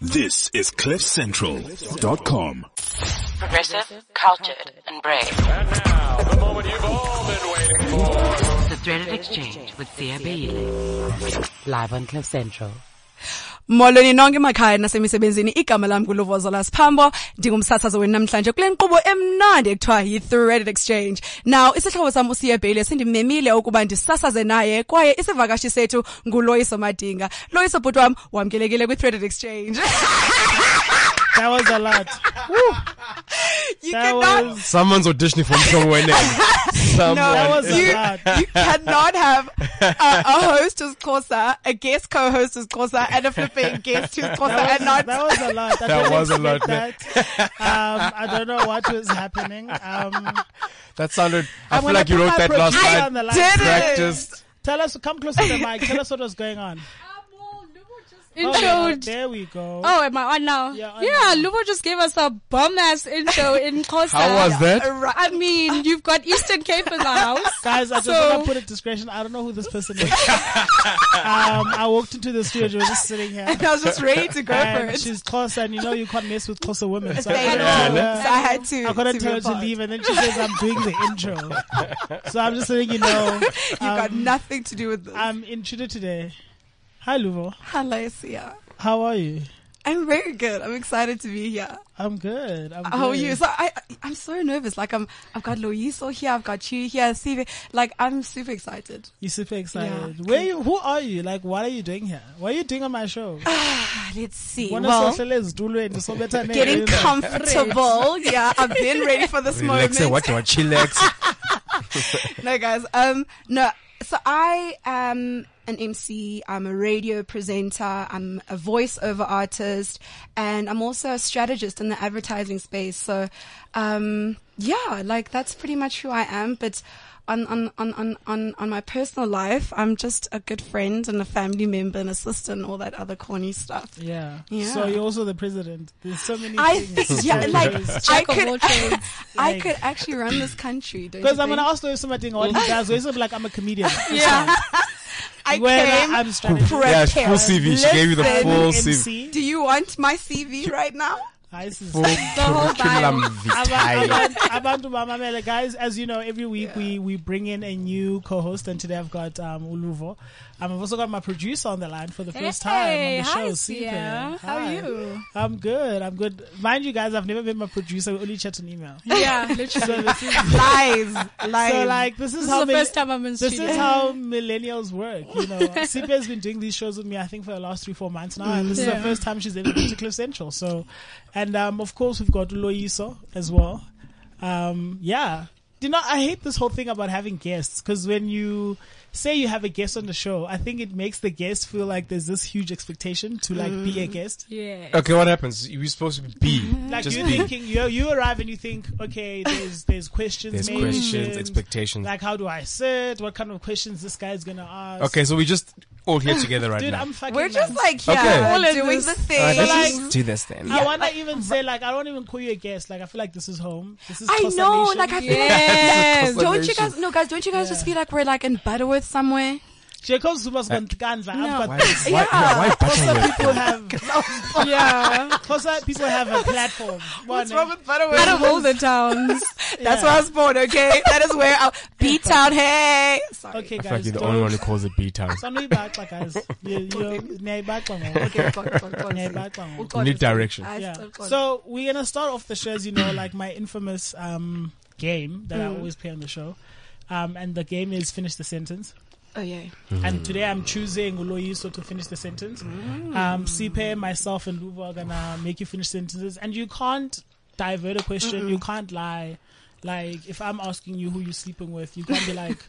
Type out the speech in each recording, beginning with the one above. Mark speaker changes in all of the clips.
Speaker 1: This is CliffCentral.com.
Speaker 2: Progressive, cultured, and brave.
Speaker 3: And now, the moment you've all been waiting for.
Speaker 2: The Threaded Exchange with Sia Beile. Live on Cliff Central.
Speaker 4: molweni nonke emakhaya nasemisebenzini igama lam kuluvozolwa siphambo ndingumsatsazo wenu namhlanje kule nkqubo emnandi ekuthiwa yi-threaded exchange now isihlobo sam usiye bhayile sindimemile ukuba ndisasaze naye kwaye isivakashi sethu nguloyiso madinga loyiso bhuti wam wamkelekile kwi-threaded exchange
Speaker 5: That was a lot.
Speaker 4: you
Speaker 5: That
Speaker 4: cannot
Speaker 5: was
Speaker 6: Someone's auditioning for Mhlobo Wenene. Someone.
Speaker 4: No,
Speaker 5: That was
Speaker 4: you,
Speaker 5: a lot.
Speaker 4: you cannot have a, a host who's Corsa, a guest co-host who's Corsa, and a flipping guest who's Corsa,
Speaker 5: that
Speaker 4: and
Speaker 5: was,
Speaker 4: not
Speaker 5: that was a lot. I
Speaker 6: That
Speaker 5: didn't
Speaker 6: was a lot,
Speaker 5: expect That. Um, I don't know what was happening. Um,
Speaker 6: That sounded. I
Speaker 5: I'm
Speaker 6: feel
Speaker 5: gonna
Speaker 6: like you
Speaker 5: put
Speaker 6: wrote
Speaker 5: my
Speaker 6: that last
Speaker 5: producer
Speaker 6: night.
Speaker 5: on the line.
Speaker 4: Did it.
Speaker 6: Practiced.
Speaker 5: Tell us, come close to the mic. Tell us what was going on. Oh,
Speaker 7: Introed.
Speaker 5: there we go.
Speaker 7: Oh, am I on now?
Speaker 5: Yeah,
Speaker 7: Yeah,
Speaker 5: on now.
Speaker 7: Lubo just gave us a bum ass intro in Kosa.
Speaker 6: How was that?
Speaker 4: Right.
Speaker 7: I mean, you've got Eastern Cape in the house.
Speaker 5: Guys, I just
Speaker 7: So-
Speaker 5: want to put it discretion. I don't know who this person is. um, I walked into the studio. She was just sitting here.
Speaker 4: I was just ready to go for
Speaker 5: And
Speaker 4: it.
Speaker 5: she's close, and you know you can't mess with closer women. So I
Speaker 4: Thank
Speaker 5: couldn't
Speaker 4: you.
Speaker 5: tell her-
Speaker 4: So I had to.
Speaker 5: I couldn't
Speaker 4: to
Speaker 5: tell her to
Speaker 4: report.
Speaker 5: leave, and then she says, "I'm doing the intro." so I'm just letting you know. Um,
Speaker 4: You got nothing to do with this.
Speaker 5: I'm intruder today. Hi, Luvo.
Speaker 4: Hello, Sia.
Speaker 5: How are you?
Speaker 4: I'm very good. I'm excited to be here.
Speaker 5: I'm good. I'm
Speaker 4: How are
Speaker 5: good.
Speaker 4: you? So I, I- I'm so nervous. Like I'm, I've got Loiso here. I've got you here. Sive. Like I'm super excited.
Speaker 5: You super excited.
Speaker 4: Yeah.
Speaker 5: Where you? Who are you? Like, what are you doing here? What are you doing on my show?
Speaker 4: Ah, Let's see.
Speaker 5: Wanna
Speaker 4: Well,
Speaker 5: socialize, do it, so better name,
Speaker 4: getting
Speaker 5: you know.
Speaker 4: comfortable. Yeah, I've been ready for this
Speaker 6: Relax. eh,
Speaker 4: moment.
Speaker 6: What? What? Chillax.
Speaker 4: no guys um no so i am an mc i'm a radio presenter i'm a voiceover artist and i'm also a strategist in the advertising space so um yeah like that's pretty much who i am but on, on, on, on, on, on my personal life, I'm just a good friend and a family member and a sister and all that other corny stuff.
Speaker 5: Yeah.
Speaker 4: Yeah.
Speaker 5: So you're also the president. There's so many
Speaker 4: I
Speaker 5: things.
Speaker 4: think, yeah, like, I
Speaker 7: Jack of all
Speaker 4: could,
Speaker 7: trades.
Speaker 4: I
Speaker 5: Like-
Speaker 4: could actually run this country. don't you
Speaker 5: because I'm gonna
Speaker 4: think?
Speaker 5: ask you something. What he does? He's like, I'm a comedian.
Speaker 7: Yeah.
Speaker 4: I
Speaker 5: When
Speaker 4: came
Speaker 5: I'm strategy.
Speaker 6: Yeah, full
Speaker 4: prepared.
Speaker 6: CV. She gave you the
Speaker 4: Listen,
Speaker 6: full CV.
Speaker 5: MC.
Speaker 4: Do you want my CV right now?
Speaker 5: Hi, sis.
Speaker 6: Full
Speaker 7: whole
Speaker 6: curriculum
Speaker 5: Aba-
Speaker 6: vitae.
Speaker 5: Abantu abantu bamamele guys as you know every week we we bring in a new co-host and today I've got um Uluvo. Um, I've also got my producer on the line for the first
Speaker 7: Hey,
Speaker 5: time on the
Speaker 7: hi,
Speaker 5: show.
Speaker 7: Sia.
Speaker 5: Sipho.
Speaker 7: How are
Speaker 5: Hi.
Speaker 7: you?
Speaker 5: I'm good. I'm good. Mind you guys, I've never met my producer. We only chat on email.
Speaker 7: Yeah, literally.
Speaker 5: So this is
Speaker 4: Lies, lies.
Speaker 5: so like this is
Speaker 7: This
Speaker 5: how
Speaker 7: is the
Speaker 5: mil-
Speaker 7: first time I'm in
Speaker 5: this is
Speaker 7: studio.
Speaker 5: how millennials work. You know, Sipe has been doing these shows with me, I think, for the last three, four months now, and this is
Speaker 7: Yeah.
Speaker 5: the first time she's ever been to Cliff Central. So, and um, of course, we've got Loiso as well. Um, yeah, you know, I hate this whole thing about having guests because when you say you have a guest on the show, I think it makes the guest feel like there's this huge expectation to like be a guest.
Speaker 7: Mm. Yeah.
Speaker 6: Okay, what happens? You're supposed to be
Speaker 5: Like
Speaker 6: just
Speaker 5: you're
Speaker 6: be.
Speaker 5: thinking, you you arrive and you think, okay, there's there's questions,
Speaker 6: There's
Speaker 5: maybe,
Speaker 6: questions, expectations.
Speaker 5: like how do I sit? What kind of questions this guy's gonna ask?
Speaker 6: Okay, so we just all here together right
Speaker 5: dude,
Speaker 6: now.
Speaker 5: I'm fucking.
Speaker 4: We're just
Speaker 5: mad.
Speaker 4: like here
Speaker 6: Okay. All
Speaker 7: of
Speaker 4: doing
Speaker 7: this.
Speaker 4: the
Speaker 6: All right,
Speaker 4: thing.
Speaker 6: let's
Speaker 5: like-
Speaker 6: just do this then.
Speaker 5: I wanna even say like I don't even call you a guest. Like I feel like this is home. This is.
Speaker 4: I know,
Speaker 5: consolation.
Speaker 4: like I feel
Speaker 7: Yes.
Speaker 4: like don't you guys? No, guys, don't you guys just feel like we're like in Butterworth somewhere?
Speaker 5: Jacob Zuba's gone Ganza. I've
Speaker 6: Uh, Why?
Speaker 5: got
Speaker 6: Why? yeah, why
Speaker 5: Xhosa
Speaker 6: Butterworth?
Speaker 5: people have
Speaker 7: yeah.
Speaker 5: Xhosa people have a platform. What's wrong with
Speaker 7: Out of all the towns.
Speaker 4: That's where I was born. Okay, that is where I B Town. Hey, sorry.
Speaker 5: Okay,
Speaker 6: I
Speaker 5: guys.
Speaker 6: feel like you're the
Speaker 5: don't-
Speaker 6: only one who calls it B town.
Speaker 5: Sanu ibaxa, guys. You- you- niyayibaxa ngoku.
Speaker 4: Okay, go, go, go, go.
Speaker 5: Niyayibaxa ngoku.
Speaker 4: God,
Speaker 6: Need
Speaker 4: it's fine.
Speaker 6: direction.
Speaker 4: I
Speaker 5: yeah.
Speaker 4: still can't.
Speaker 5: So we're gonna start off the show as you know, like my infamous um, game that
Speaker 4: Mm.
Speaker 5: I always play on the show. Um, and the game is finish the sentence.
Speaker 4: oh yeah.
Speaker 6: Hmm.
Speaker 5: And today I'm choosing Uloyiso to finish the sentence. Um, Sipe, myself, and Luva are gonna make you finish sentences. And you can't divert a question. You can't lie. Like if I'm asking you who you're sleeping with, you can't be like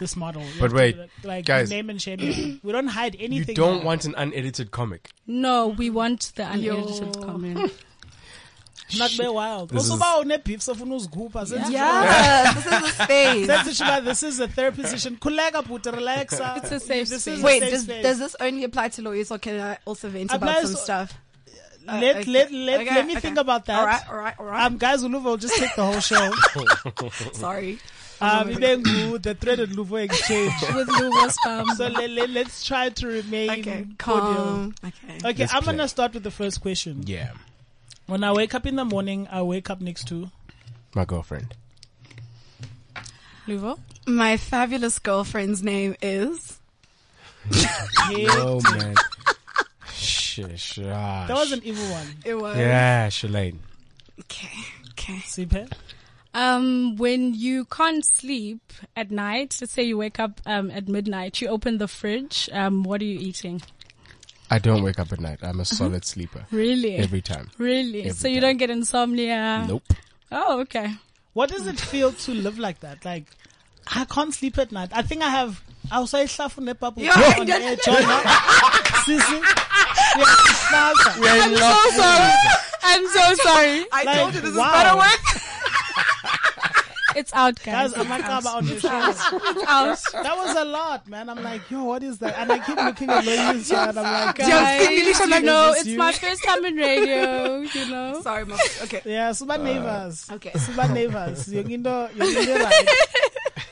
Speaker 5: this model. You have to
Speaker 6: wait,
Speaker 5: be like, like
Speaker 6: guys.
Speaker 5: name and shame. it. we don't hide
Speaker 6: You
Speaker 5: anything.
Speaker 6: don't
Speaker 5: now.
Speaker 6: want an unedited comic.
Speaker 7: No, we want the unedited comment.
Speaker 5: not be wild.
Speaker 6: This
Speaker 5: Also,
Speaker 6: is-
Speaker 5: ba une beef, so funa uzigubha, sense you
Speaker 4: Yeah, this is the space.
Speaker 5: That's what she meant. This is the third position. Kuleka puta, relaxa.
Speaker 7: It's a safe
Speaker 5: uh, This
Speaker 7: space.
Speaker 5: is a
Speaker 4: Wait,
Speaker 5: safe
Speaker 4: does,
Speaker 5: space.
Speaker 4: does this only apply to lawyers, or can I also vent about
Speaker 5: Applies
Speaker 4: some
Speaker 5: to-
Speaker 4: stuff? Uh,
Speaker 5: let,
Speaker 4: okay.
Speaker 5: let, let,
Speaker 4: Okay,
Speaker 5: let me
Speaker 4: okay.
Speaker 5: think about that.
Speaker 4: All right, all right, all right.
Speaker 5: Um, guys, Uluva will just take the whole show.
Speaker 4: Sorry.
Speaker 5: um, Ibengu, the threaded Luvo exchange.
Speaker 7: with Luvo spam.
Speaker 5: so let, let, us try to remain
Speaker 4: Okay, Um,
Speaker 5: cordial.
Speaker 4: calm.
Speaker 7: okay.
Speaker 5: Okay,
Speaker 6: Let's
Speaker 5: I'm
Speaker 6: play.
Speaker 5: gonna start with the first question.
Speaker 6: Yeah.
Speaker 5: When I wake up in the morning, I wake up next to.
Speaker 6: My girlfriend.
Speaker 7: Luvo.
Speaker 4: My fabulous girlfriend's name is.
Speaker 6: Oh man. Shish. ah,
Speaker 5: That was
Speaker 6: sh-
Speaker 5: an evil one.
Speaker 4: It was.
Speaker 6: Yeah, Shalane.
Speaker 4: Okay. Okay.
Speaker 5: Sipe.
Speaker 7: Um, when you can't sleep at night, let's say you wake up um, at midnight, you open the fridge. Um, what are you eating?
Speaker 6: I don't wake up at night. I'm a solid sleeper.
Speaker 7: Really?
Speaker 6: Every time.
Speaker 7: really?
Speaker 6: every
Speaker 7: so you
Speaker 6: time.
Speaker 7: don't get insomnia?
Speaker 6: Nope.
Speaker 7: Oh, okay.
Speaker 5: What does it feel to live like that? Like, I can't sleep at night. I think I have. I was like, "Slafu nepapu."
Speaker 4: Yeah,
Speaker 5: on
Speaker 4: that-
Speaker 5: air, John. Sisi. Yeah, Slafu.
Speaker 4: I'm so sorry.
Speaker 7: I'm so sorry.
Speaker 4: I
Speaker 5: Like,
Speaker 4: told you this
Speaker 5: wow.
Speaker 4: is better work.
Speaker 7: It's out, guys.
Speaker 5: Guys, I'm like, "Kaba on your shoulders."
Speaker 7: It's out.
Speaker 5: That was a lot, man. I'm like, yo, what is that? And I keep looking at Lois and I'm like,
Speaker 4: Just-
Speaker 5: ah.
Speaker 7: Guys,
Speaker 4: English, I'm
Speaker 7: you
Speaker 4: like,
Speaker 7: know,
Speaker 5: is this
Speaker 7: it's
Speaker 5: you?
Speaker 7: my first time in radio, you know.
Speaker 4: Sorry, mom. Okay.
Speaker 5: yeah,
Speaker 6: Uh,
Speaker 5: Suba neighbors.
Speaker 4: Okay.
Speaker 5: Suba neighbors. Yung indo- yung indo right.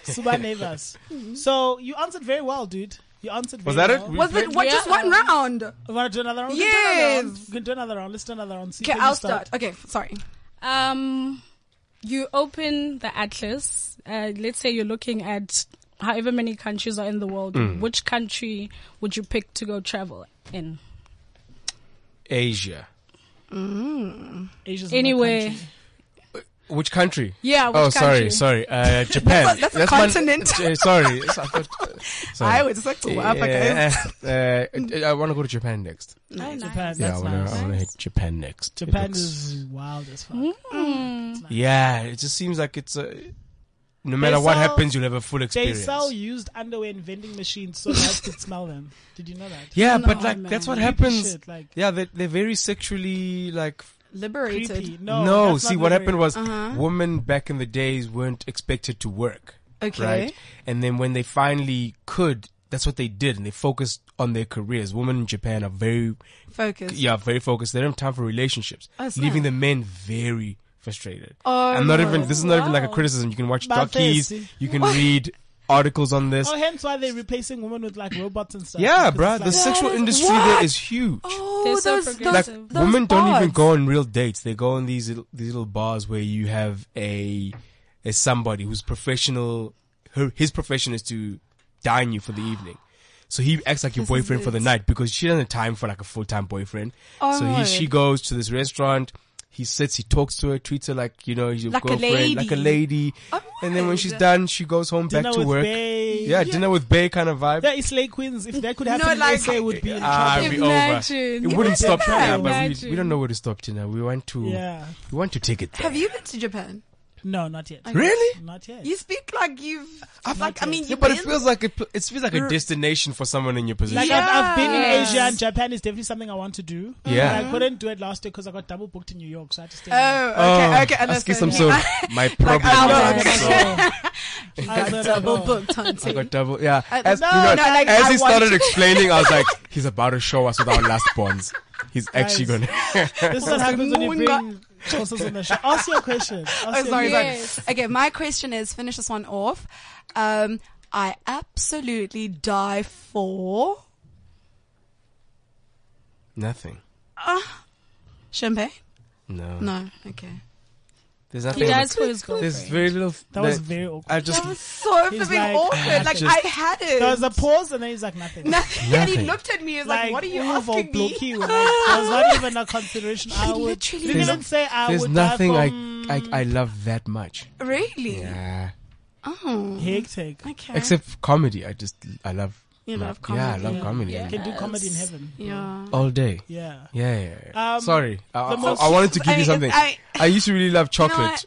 Speaker 5: Suba neighbors.
Speaker 4: Mm-hmm.
Speaker 5: So you answered very well, dude. You answered very
Speaker 6: Was that it?
Speaker 5: well.
Speaker 6: We
Speaker 4: Was
Speaker 6: played-
Speaker 4: it what, just one round? Okay,
Speaker 5: You want to do another round?
Speaker 4: Yes.
Speaker 5: We can do another round. Let's do another round. See,
Speaker 4: I'll start. Okay, sorry.
Speaker 7: Um, you open the atlas. Uh, let's say you're looking at however many countries are in the world.
Speaker 6: Hmm.
Speaker 7: Which country would you pick to go travel in?
Speaker 6: Asia.
Speaker 5: Asia's my
Speaker 7: Anyway,
Speaker 5: country.
Speaker 6: Which country?
Speaker 7: yeah. Which
Speaker 6: oh,
Speaker 7: country?
Speaker 6: sorry, sorry. Uh, Japan.
Speaker 4: That's a- that's a
Speaker 6: my-
Speaker 4: continent.
Speaker 6: uh, sorry. It's- I thought- uh, sorry.
Speaker 4: I would suck to up again.
Speaker 6: Yeah, uh, uh, I want to go to Japan next.
Speaker 7: Oh, nice.
Speaker 5: Japan.
Speaker 6: yeah, I
Speaker 5: That's
Speaker 6: wanna-
Speaker 5: nice.
Speaker 6: I want to hit Japan next. It
Speaker 5: Japan
Speaker 6: looks-
Speaker 5: is wild as
Speaker 4: Mm-hmm.
Speaker 5: fuck.
Speaker 4: Hmm.
Speaker 6: Yeah, it just seems like it's a. No matter what
Speaker 5: sell-
Speaker 6: happens, you'll have a full
Speaker 5: They
Speaker 6: experience.
Speaker 5: sell used underwear in vending machines so guys could smell them. Did you know that?
Speaker 6: yeah,
Speaker 7: No,
Speaker 6: but like that's
Speaker 7: man.
Speaker 6: what
Speaker 5: Creepy
Speaker 6: happens.
Speaker 5: shit, like
Speaker 6: Yeah, they they're very sexually like
Speaker 5: creepy.
Speaker 4: Liberated.
Speaker 5: No,
Speaker 6: no,
Speaker 5: that's not
Speaker 6: see what
Speaker 5: liberated.
Speaker 6: happened was
Speaker 4: Uh-huh.
Speaker 6: women back in the days weren't expected to work,
Speaker 4: Okay.
Speaker 6: right? And then when they finally could, that's what they did, and they focused on their careers. Women in Japan are very,
Speaker 4: Focus.
Speaker 6: yeah, very focused. They don't have time for relationships,
Speaker 4: Oh, snap.
Speaker 6: leaving the men very frustrated.
Speaker 4: Oh,
Speaker 6: I'm not
Speaker 4: no.
Speaker 6: even. This is not even like a
Speaker 7: Wow.
Speaker 6: criticism. You can watch
Speaker 5: But
Speaker 6: docies,
Speaker 5: thirsty.
Speaker 6: you can read articles on this.
Speaker 5: Oh, hence why they're replacing women with like robots and stuff.
Speaker 6: yeah,
Speaker 5: Because
Speaker 6: bruh,
Speaker 5: it's like-
Speaker 6: the
Speaker 5: oh,
Speaker 6: sexual
Speaker 4: What?
Speaker 6: industry there is huge.
Speaker 4: Oh,
Speaker 7: They're so
Speaker 4: those, those,
Speaker 6: like
Speaker 7: Those-
Speaker 6: women don't even
Speaker 4: bots.
Speaker 6: go on real dates. They go on these little- these little bars where you have a a somebody who's professional. Her his profession is to dine you for the evening. So he acts like your boyfriend for the night because she doesn't have time for like a full time boyfriend.
Speaker 4: Oh
Speaker 6: so
Speaker 4: my
Speaker 6: he
Speaker 4: word.
Speaker 6: she goes to this restaurant. He sits, he talks to her, treats her like you know your
Speaker 4: Like a
Speaker 6: girlfriend, like a lady.
Speaker 4: Oh
Speaker 6: and then when she's
Speaker 4: word.
Speaker 6: done, she goes home
Speaker 5: Dinner
Speaker 6: back to
Speaker 5: with
Speaker 6: work.
Speaker 5: bae.
Speaker 6: Yeah, dinner with Bay kind of vibe.
Speaker 5: Yeah, it's lay queens. If that could happen,
Speaker 4: No,
Speaker 5: in
Speaker 4: like-
Speaker 5: SA would be in
Speaker 6: Ah,
Speaker 5: trouble.
Speaker 6: we
Speaker 7: Imagine.
Speaker 6: over. It wouldn't stop
Speaker 4: that.
Speaker 6: Tina, but we,
Speaker 7: Imagine.
Speaker 6: we don't know where to stop Tina. We want to
Speaker 5: Yeah.
Speaker 6: we want to take it. There.
Speaker 4: Have you been to Japan?
Speaker 5: No, not yet.
Speaker 6: Really?
Speaker 5: Not yet.
Speaker 4: You speak like you've. like, I mean,
Speaker 6: Yeah,
Speaker 4: you've
Speaker 6: but it
Speaker 4: been-
Speaker 6: feels like it, pl- it feels like a destination for someone in your position.
Speaker 5: Like
Speaker 4: Yeah.
Speaker 5: I've, I've been in
Speaker 4: Yes.
Speaker 5: Asia and Japan is definitely something I want to do.
Speaker 6: Yeah.
Speaker 5: But I couldn't do it last year because I got double booked in New York, so I had to stay. in New York.
Speaker 4: Oh, okay, okay.
Speaker 6: I
Speaker 4: Understand.
Speaker 6: skipped some sort of my problem.
Speaker 4: I
Speaker 5: No,
Speaker 4: Oh,
Speaker 5: I
Speaker 4: okay.
Speaker 5: got double.
Speaker 4: Got
Speaker 5: I Oh. got
Speaker 4: double
Speaker 5: double.
Speaker 4: booked, auntie.
Speaker 6: I got double. Yeah.
Speaker 4: I-
Speaker 6: As,
Speaker 4: Uh, no,
Speaker 6: you know,
Speaker 4: no, like,
Speaker 6: as
Speaker 4: I
Speaker 6: he
Speaker 4: want
Speaker 6: started
Speaker 4: to-
Speaker 6: explaining, I was like, he's about to show us with our last bonds. He's actually
Speaker 5: Guys.
Speaker 6: gonna.
Speaker 5: This is what happens when you
Speaker 4: Munga.
Speaker 5: bring sources on the show. Ask your question. Ask
Speaker 4: Oh,
Speaker 5: your
Speaker 4: sorry,
Speaker 5: question.
Speaker 7: Yes.
Speaker 4: sorry. Okay, my question is finish this one off. Um, I absolutely die for
Speaker 6: nothing.
Speaker 4: champagne.
Speaker 6: No.
Speaker 4: No, okay.
Speaker 6: There's nothing.
Speaker 7: He dies for his
Speaker 6: there's
Speaker 7: girlfriend.
Speaker 6: very little.
Speaker 5: That was very awkward.
Speaker 6: I just
Speaker 4: That was so
Speaker 5: He's
Speaker 4: flipping
Speaker 5: like,
Speaker 4: awkward. Like
Speaker 6: just-
Speaker 4: I had it.
Speaker 5: There was a pause and then he's like nothing.
Speaker 4: Nothing. And he
Speaker 6: Nothing.
Speaker 4: looked at me. He was like, "What are you
Speaker 5: ooh,
Speaker 4: asking
Speaker 5: Volblock,
Speaker 4: me?"
Speaker 5: you. Like, there was not even a consideration. I would
Speaker 4: literally-
Speaker 5: You
Speaker 4: There's-
Speaker 5: didn't say I
Speaker 6: there's
Speaker 5: would
Speaker 6: nothing
Speaker 5: die
Speaker 6: I,
Speaker 5: from
Speaker 6: I I love that much.
Speaker 4: Really?
Speaker 6: Yeah.
Speaker 4: Oh.
Speaker 5: hectic.
Speaker 4: Okay.
Speaker 6: Except comedy, I just I love.
Speaker 4: You
Speaker 6: my-
Speaker 4: love
Speaker 6: Yeah, I
Speaker 4: comedy.
Speaker 6: love comedy
Speaker 5: You can do comedy in heaven.
Speaker 4: yeah.
Speaker 6: all day.
Speaker 5: Yeah.
Speaker 6: Yeah, yeah, yeah.
Speaker 5: Um,
Speaker 6: Sorry, I, I,
Speaker 5: most-
Speaker 6: I wanted to give
Speaker 4: I
Speaker 6: you
Speaker 4: mean,
Speaker 6: something. I,
Speaker 4: I-
Speaker 6: used to really love chocolate,
Speaker 4: what?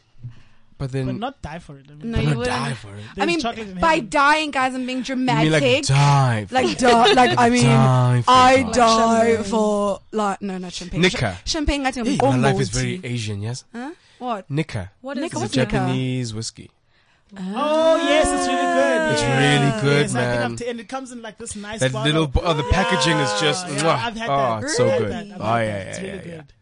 Speaker 6: but then
Speaker 5: But not die for it. I mean,
Speaker 4: No, you
Speaker 6: not
Speaker 4: wouldn't.
Speaker 6: die for it.
Speaker 4: I
Speaker 5: There's
Speaker 4: mean,
Speaker 5: chocolate in
Speaker 4: by
Speaker 5: heaven.
Speaker 4: dying, guys, I'm being
Speaker 6: you
Speaker 4: dramatic.
Speaker 6: mean like die?
Speaker 4: Like, duh, like I mean,
Speaker 6: Die for
Speaker 4: I
Speaker 6: God.
Speaker 4: die for like no, not champagne.
Speaker 6: Nika.
Speaker 4: Ch- champagne, I think.
Speaker 6: Hey, my life is very Asian. Yes,
Speaker 4: Huh? What?
Speaker 6: Nikka.
Speaker 7: What is
Speaker 4: Nick,
Speaker 7: it?
Speaker 6: It's a
Speaker 4: what's Nikka?
Speaker 6: Japanese whiskey.
Speaker 5: Oh yes, it's really good.
Speaker 6: It's
Speaker 5: Yeah.
Speaker 6: really good,
Speaker 5: yes, I
Speaker 6: man.
Speaker 5: think I've t- and it comes in like this nice
Speaker 6: that
Speaker 5: bottle.
Speaker 6: little, bo- oh, the packaging is just.
Speaker 5: Yeah,
Speaker 6: mwah.
Speaker 5: I've had
Speaker 6: oh,
Speaker 5: that.
Speaker 6: it's so
Speaker 5: I've had
Speaker 6: good.
Speaker 5: that. I've
Speaker 6: Oh
Speaker 5: had that.
Speaker 6: yeah, yeah,
Speaker 5: it's
Speaker 6: yeah,
Speaker 5: really
Speaker 6: yeah.
Speaker 5: good.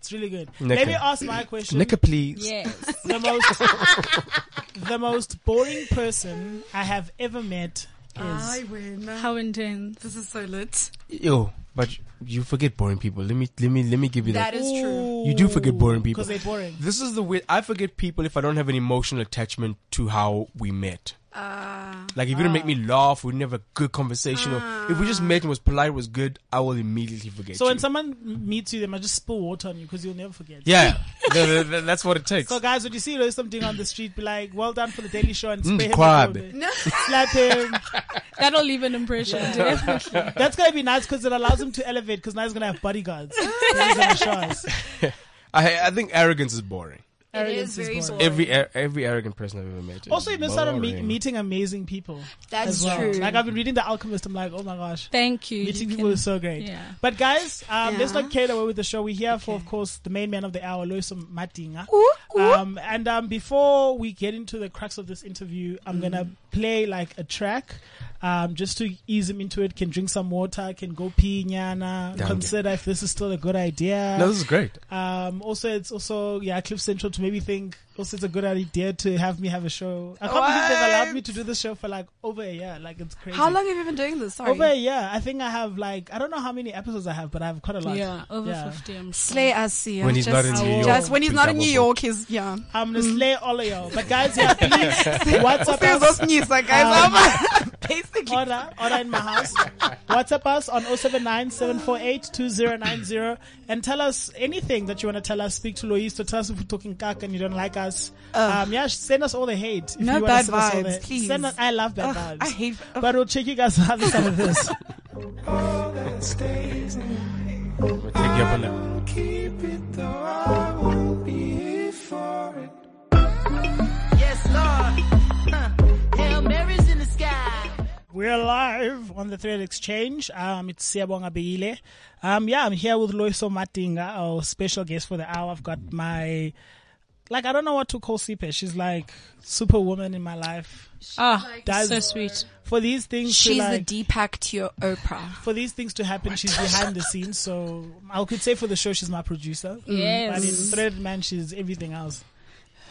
Speaker 5: It's really good.
Speaker 6: Nicker.
Speaker 5: Let me ask my question.
Speaker 6: Nicker, please.
Speaker 7: Yes.
Speaker 5: The most, the most boring person I have ever met is.
Speaker 4: win.
Speaker 7: How intense.
Speaker 4: This is so lit.
Speaker 6: Yo, but you forget boring people. Let me let me let me give you that.
Speaker 4: That is true.
Speaker 6: You do forget boring people.
Speaker 5: because they're boring.
Speaker 6: This is the way I forget people if I don't have an emotional attachment to how we met.
Speaker 4: Uh, Uh.
Speaker 6: Like if you don't make me laugh, we never have a good conversation. or if we just met and was polite, was good, I will immediately forget.
Speaker 5: So
Speaker 6: you.
Speaker 5: when someone m- meets you, they might just spill water on you because you'll never forget.
Speaker 6: yeah, Th- th- th- that's what it takes.
Speaker 5: So guys, when you see Lois something on the street, be like, "Well done for the Daily Show," and spray
Speaker 6: Mm,
Speaker 5: him
Speaker 6: crab.
Speaker 5: with water. slap him.
Speaker 7: That'll leave an impression. definitely.
Speaker 5: That's gonna be nice because it allows him to elevate. Because now he's gonna have bodyguards. Now he's gonna show us.
Speaker 6: I I think arrogance is boring.
Speaker 4: it
Speaker 5: Arrogance
Speaker 4: is very
Speaker 5: boring.
Speaker 4: boring.
Speaker 6: Every ar- every arrogant person I've ever met. is
Speaker 5: Also, you miss out on me-
Speaker 6: boring.
Speaker 5: meeting amazing people.
Speaker 4: That's
Speaker 5: as well.
Speaker 4: true.
Speaker 5: Like I've been reading The Alchemist. I'm like, oh my gosh.
Speaker 7: Thank you.
Speaker 5: Meeting
Speaker 7: You
Speaker 5: people
Speaker 7: can-
Speaker 5: is so great.
Speaker 7: yeah.
Speaker 5: But guys, um, let's
Speaker 4: Yeah.
Speaker 5: not carry away with the show. We're here for, of course, the main man of the hour, Lois Matinga.
Speaker 4: Ooh, ooh.
Speaker 5: Um, and um, before we get into the crux of this interview, I'm gonna play like a track, um, just to ease him into it. Can drink some water. Can go pee, nyana.
Speaker 6: Damn.
Speaker 5: Consider if this is still a good idea.
Speaker 6: No, this is great.
Speaker 5: Um, also, it's also yeah, Cliff Central to maybe think. Also, it's a good idea to have me have a show. I can't believe they've allowed me to do this show for like over a year. Like it's crazy.
Speaker 4: How long have you been doing this? Sorry.
Speaker 5: Over a year. I think I have like I don't know how many episodes I have, but I have quite a lot.
Speaker 7: Yeah, over
Speaker 5: Yeah.
Speaker 7: 50. I'm sure.
Speaker 4: Slay us here.
Speaker 6: When he's
Speaker 4: just,
Speaker 6: not in New York.
Speaker 4: just when he's
Speaker 6: we
Speaker 4: not in
Speaker 6: double
Speaker 4: New
Speaker 6: book.
Speaker 4: York, he's yeah.
Speaker 5: I'm gonna
Speaker 4: Mm.
Speaker 5: slay all of y'all. But guys, yeah, please WhatsApp
Speaker 4: There's
Speaker 5: us.
Speaker 4: those
Speaker 5: Um,
Speaker 4: news, like guys. I'm basically.
Speaker 5: Order, order in my house. WhatsApp us on 079-748-2090 and tell us anything that you want to tell us. Speak to Lois to tell us if we're talking cack and you don't like us. Um, yeah, send us all the hate. If
Speaker 4: No
Speaker 5: you wanna
Speaker 4: bad
Speaker 5: send us all the-
Speaker 4: vibes, please.
Speaker 5: Send us, I love
Speaker 4: Ugh,
Speaker 5: bad vibes.
Speaker 4: I hate.
Speaker 5: But we'll check you guys out the side of this.
Speaker 6: I'm gonna take you up on that.
Speaker 8: Yes, Lord. Huh. Hail Mary's in the sky.
Speaker 5: We're live on the Thread Exchange. Um, it's Siabonga Beile. Um, yeah, I'm here with Loiso Matinga, our special guest for the hour. I've got my, like, I don't know what to call Sipe. She's like superwoman in my life.
Speaker 7: Ah,
Speaker 5: Does-
Speaker 7: so sweet.
Speaker 5: For these things,
Speaker 4: She's
Speaker 5: to, like,
Speaker 4: the Deepak to your Oprah.
Speaker 5: for these things to happen, she's behind the scenes. So I could say for the show, she's my producer. Mm. But in
Speaker 7: Yes.
Speaker 5: Thread Man, she's everything else.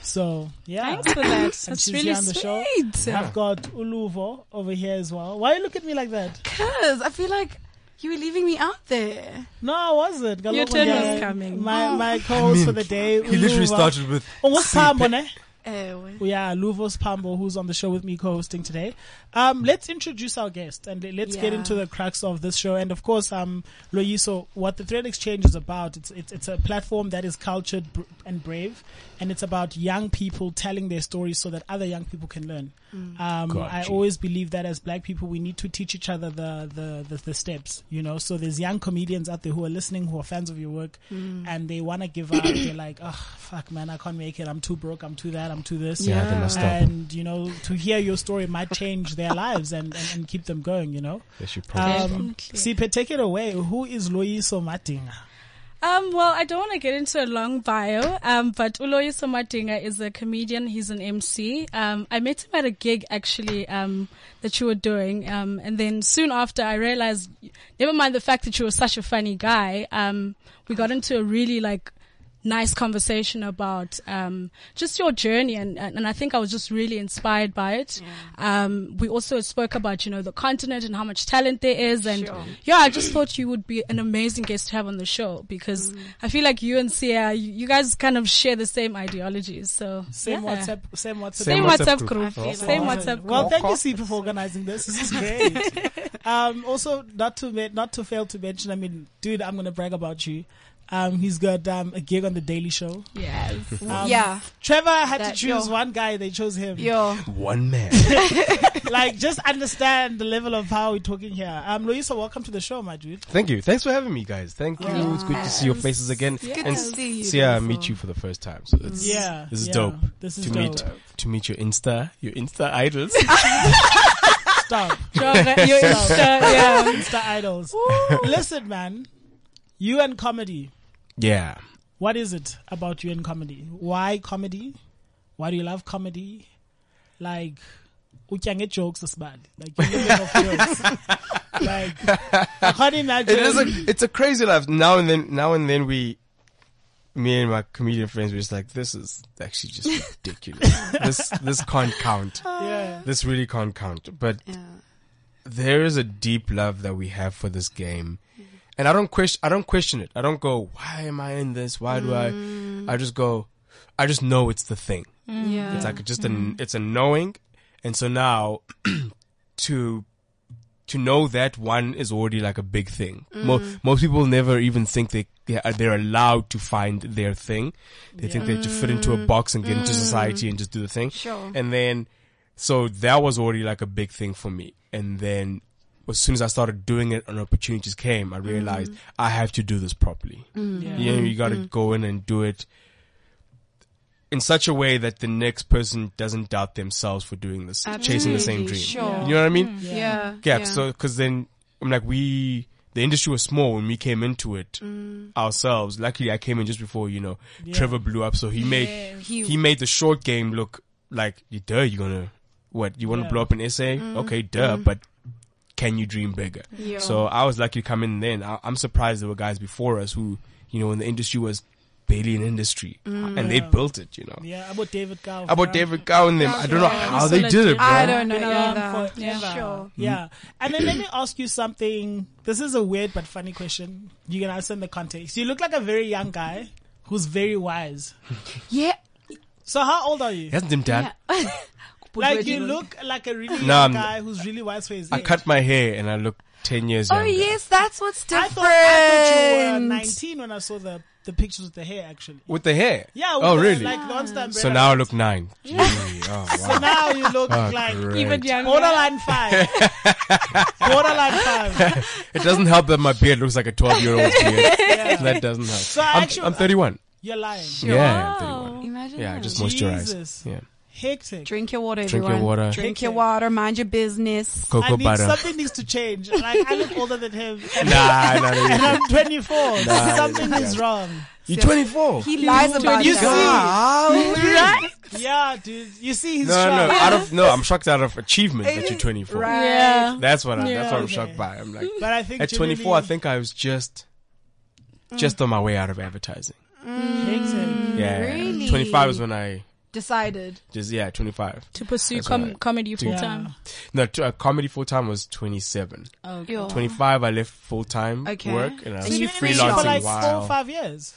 Speaker 5: So yeah,
Speaker 7: Thanks for that.
Speaker 5: And
Speaker 7: That's
Speaker 5: she's
Speaker 7: really
Speaker 5: here on the show.
Speaker 7: sweet.
Speaker 5: I've got Uluvo over here as well. Why you look at me like that?
Speaker 4: Cause I feel like you were leaving me out there.
Speaker 5: No, I wasn't. Galopon
Speaker 7: Your turn
Speaker 5: guy,
Speaker 7: was coming.
Speaker 5: My my co-host for the day.
Speaker 6: He literally
Speaker 5: Uluva.
Speaker 6: started with
Speaker 5: Almost Pambo, ne?
Speaker 4: Ewe.
Speaker 5: Yeah, Luvos Pambo, who's on the show with me co-hosting today. Um, let's introduce our guest and let's get
Speaker 4: Yeah.
Speaker 5: into the crux of this show. And of course, um, Loyiso, what the Thread Exchange is about, it's, it's, it's a platform that is cultured br- and brave. And it's about young people telling their stories so that other young people can learn. Um, I
Speaker 6: Gotcha.
Speaker 5: always believe that as black people, we need to teach each other the, the, the, the steps, you know? So there's young comedians out there who are listening, who are fans of your work, and they want to give up. They're like, oh, fuck, man, I can't make it. I'm too broke. I'm too that. I'm too this
Speaker 6: Yeah, they must stop.
Speaker 5: and you know to hear your story might change their lives and, and, and keep them going you know
Speaker 6: They should probably stop.
Speaker 5: um
Speaker 7: Definitely.
Speaker 5: Sipe, take it away who is Loyiso Matinga
Speaker 7: Um, well, I don't want to get into a long bio, um, but Uloyiso Madinga is a comedian. He's an MC. Um, I met him at a gig actually um, that you were doing, um, and then soon after I realized, never mind the fact that you were such a funny guy, um, we got into a really like nice conversation about um, just your journey and, and and I think I was just really inspired by it. Um, we also spoke about you know the continent and how much talent there is and yeah I just thought you would be an amazing guest to have on the show because I feel like you and Sia you, you guys kind of share the same ideologies so
Speaker 5: same
Speaker 7: yeah.
Speaker 5: WhatsApp same WhatsApp
Speaker 7: same
Speaker 6: WhatsApp
Speaker 7: WhatsApp
Speaker 6: group.
Speaker 7: group
Speaker 4: feel
Speaker 7: same
Speaker 5: Oh,
Speaker 7: WhatsApp group
Speaker 5: Well, thank you, Sipe, for organizing this. This is great. um, also, not to ma- not to fail to mention, I mean, dude, I'm gonna brag about you. Um, he's got um, a gig on the Daily Show.
Speaker 7: yes
Speaker 5: Um,
Speaker 4: yeah.
Speaker 5: Trevor had
Speaker 4: That-
Speaker 5: to choose
Speaker 4: yo.
Speaker 5: one guy. They chose him.
Speaker 4: Yo.
Speaker 6: one man.
Speaker 5: Like, just understand the level of how we're talking here. Um, Loyiso, welcome to the show, my dude.
Speaker 6: Thank you. Thanks for having me, guys. Thank you. It's good to see your faces again.
Speaker 4: Good
Speaker 6: and
Speaker 4: to see you.
Speaker 6: see, I
Speaker 4: Loyiso.
Speaker 6: meet you for the first time. So it's,
Speaker 5: Yeah,
Speaker 6: this is
Speaker 5: yeah.
Speaker 6: dope.
Speaker 5: This is
Speaker 6: to
Speaker 5: dope.
Speaker 6: meet to meet your Insta, your Insta idols.
Speaker 5: Stop.
Speaker 7: Genre- your Insta, yeah
Speaker 5: Insta idols. Listen, man, you and comedy.
Speaker 6: yeah.
Speaker 5: What is it about you and comedy? Why comedy? Why do you love comedy? Like, we can get jokes as bad. Like, you live off jokes. like, I can't imagine.
Speaker 6: It is a it's a crazy life. Now and then now and then we me and my comedian friends were just like, this is actually just ridiculous. this this can't count.
Speaker 5: Yeah.
Speaker 6: This really can't count. But
Speaker 4: Yeah.
Speaker 6: there is a deep love that we have for this game. And I don't question I don't question it. I don't go, why am I in this? Why do I I just go I just know it's the thing.
Speaker 4: Yeah.
Speaker 6: It's like just an it's a knowing. And so now to to know that one is already like a big thing. Mo- most people never even think they they are they're allowed to find their thing. They think they have to fit into a box and get into society and just do the thing.
Speaker 4: Sure.
Speaker 6: And then so that was already like a big thing for me. And then as soon as I started doing it and opportunities came, I realized
Speaker 4: Mm-hmm.
Speaker 6: I have to do this properly.
Speaker 5: Yeah.
Speaker 6: You know, you got to go in and do it in such a way that the next person doesn't doubt themselves for doing this, chasing the same
Speaker 4: Absolutely,
Speaker 6: dream.
Speaker 4: Sure. Mm-hmm.
Speaker 6: You know what I mean?
Speaker 4: Yeah. Yeah.
Speaker 6: Yeah, so because then I'm like we the industry was small when we came into it
Speaker 4: Mm.
Speaker 6: ourselves. Luckily, I came in just before you know Trevor blew up, so he made
Speaker 4: He-
Speaker 6: he, made the short game look like you duh you're gonna what you want to
Speaker 5: Yeah.
Speaker 6: blow up an SA? Okay, duh, but can you dream bigger?
Speaker 4: Mm. Yeah.
Speaker 6: So I was lucky to come in then. I, I'm surprised there were guys before us who you know when the industry was barely an industry
Speaker 4: Mm.
Speaker 6: and they built it. You know
Speaker 5: Yeah, about David Gow.
Speaker 6: about
Speaker 5: bruh.
Speaker 6: David Gow and them. I don't know
Speaker 4: Yeah.
Speaker 6: how they did it, bro.
Speaker 4: I don't know
Speaker 5: Been around
Speaker 4: either.
Speaker 5: forever.
Speaker 4: Sure.
Speaker 6: Mm.
Speaker 5: Yeah. And then let me ask you something. This is a weird but funny question. You can answer in the context. You look like a very young guy who's very wise.
Speaker 4: Yeah.
Speaker 5: So how old are you?
Speaker 6: He hasn't done that.
Speaker 5: Like you look like a really young
Speaker 6: No, I'm-
Speaker 5: guy who's really wise for his
Speaker 6: I
Speaker 5: age.
Speaker 6: cut my hair and I look 10 years
Speaker 4: Oh
Speaker 6: younger.
Speaker 4: yes, that's what's
Speaker 5: I
Speaker 4: different.
Speaker 5: thought, I thought you were 19 when I saw the, the pictures with the hair, actually.
Speaker 6: With the hair?
Speaker 5: Yeah. with
Speaker 6: Oh,
Speaker 5: the-
Speaker 6: really?
Speaker 5: Like the ones that
Speaker 6: so
Speaker 5: umbrella-
Speaker 6: now I look nine. Gee, oh, wow.
Speaker 5: now you look like
Speaker 6: Great.
Speaker 7: Even younger.
Speaker 5: borderline five. borderline five.
Speaker 6: It doesn't help that my beard looks like a 12 year old's beard. That doesn't help.
Speaker 5: I
Speaker 6: I'm,
Speaker 5: actually-
Speaker 6: I'm 31.
Speaker 5: You're lying.
Speaker 6: Yeah, I'm 31.
Speaker 4: Imagine
Speaker 6: Yeah, I
Speaker 4: that.
Speaker 6: just
Speaker 5: Jesus.
Speaker 6: moisturize. Yeah.
Speaker 5: Hectic.
Speaker 4: drink your water.
Speaker 6: Drink your
Speaker 4: everyone.
Speaker 6: water.
Speaker 4: Drink
Speaker 5: Drink
Speaker 4: your
Speaker 5: it.
Speaker 4: water. Mind your business.
Speaker 5: I
Speaker 6: Cocoa
Speaker 5: need
Speaker 6: butter.
Speaker 5: something needs to change. Like I look older than him. And
Speaker 6: Nah, nah, nah, nah.
Speaker 5: I'm 24.
Speaker 6: Nah,
Speaker 5: something
Speaker 6: yeah.
Speaker 5: is wrong.
Speaker 6: You're 24.
Speaker 4: He lies about
Speaker 5: You
Speaker 4: that.
Speaker 5: Yeah, dude. You see, he's
Speaker 6: No, no,
Speaker 5: shy.
Speaker 6: out of, no, I'm shocked out of achievement that you're 24.
Speaker 4: Right.
Speaker 7: Yeah.
Speaker 6: That's what I, that's what I'm
Speaker 5: Okay.
Speaker 6: shocked by. I'm like,
Speaker 5: But I think
Speaker 6: at 24, I think I was just, just
Speaker 5: Mm.
Speaker 6: on my way out of advertising.
Speaker 5: Hectic.
Speaker 6: Yeah.
Speaker 4: Really?
Speaker 6: 25 is when I,
Speaker 4: Decided.
Speaker 6: just, yeah, 25.
Speaker 7: to pursue
Speaker 6: That's
Speaker 7: com-
Speaker 6: right.
Speaker 7: comedy full
Speaker 5: Yeah.
Speaker 7: time.
Speaker 6: No, t- uh, comedy full time was 27.
Speaker 5: Oh.
Speaker 4: Yo.
Speaker 6: 25, I left full time
Speaker 4: Okay.
Speaker 6: work and I
Speaker 4: So
Speaker 6: was
Speaker 5: You've
Speaker 4: you
Speaker 5: been in it
Speaker 4: freelancing
Speaker 5: for
Speaker 6: freelancing
Speaker 5: like
Speaker 6: while.
Speaker 5: four, five years,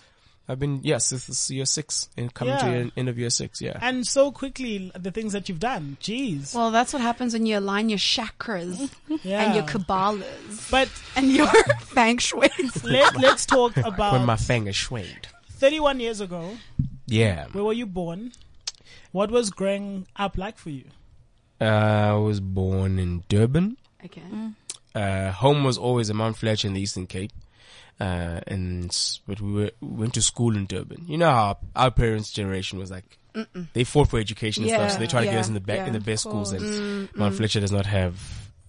Speaker 6: I've been, yeah, since this year six and coming to
Speaker 5: Yeah.
Speaker 6: the end of year six, yeah.
Speaker 5: and so quickly the things that you've done. Jeez.
Speaker 4: Well, that's what happens when you align your chakras
Speaker 5: yeah.
Speaker 4: and your Kabbalahs
Speaker 5: but
Speaker 4: and your feng shui.
Speaker 5: let, let's talk
Speaker 6: when my
Speaker 5: about
Speaker 6: fang is swayed.
Speaker 5: 31 years ago.
Speaker 6: Yeah.
Speaker 5: Where were you born? What was growing up like for you?
Speaker 6: Uh, I was born in Durban.
Speaker 4: Okay.
Speaker 6: Uh, home was always in Mount Fletcher in the Eastern Cape. Uh, and, s- but we were, we went to school in Durban. You know how our parents' generation was like, they fought for education and
Speaker 4: Yeah,
Speaker 6: stuff, so they tried to
Speaker 4: yeah,
Speaker 6: get us in the back,
Speaker 4: yeah,
Speaker 6: in the best schools and Mount Fletcher does not have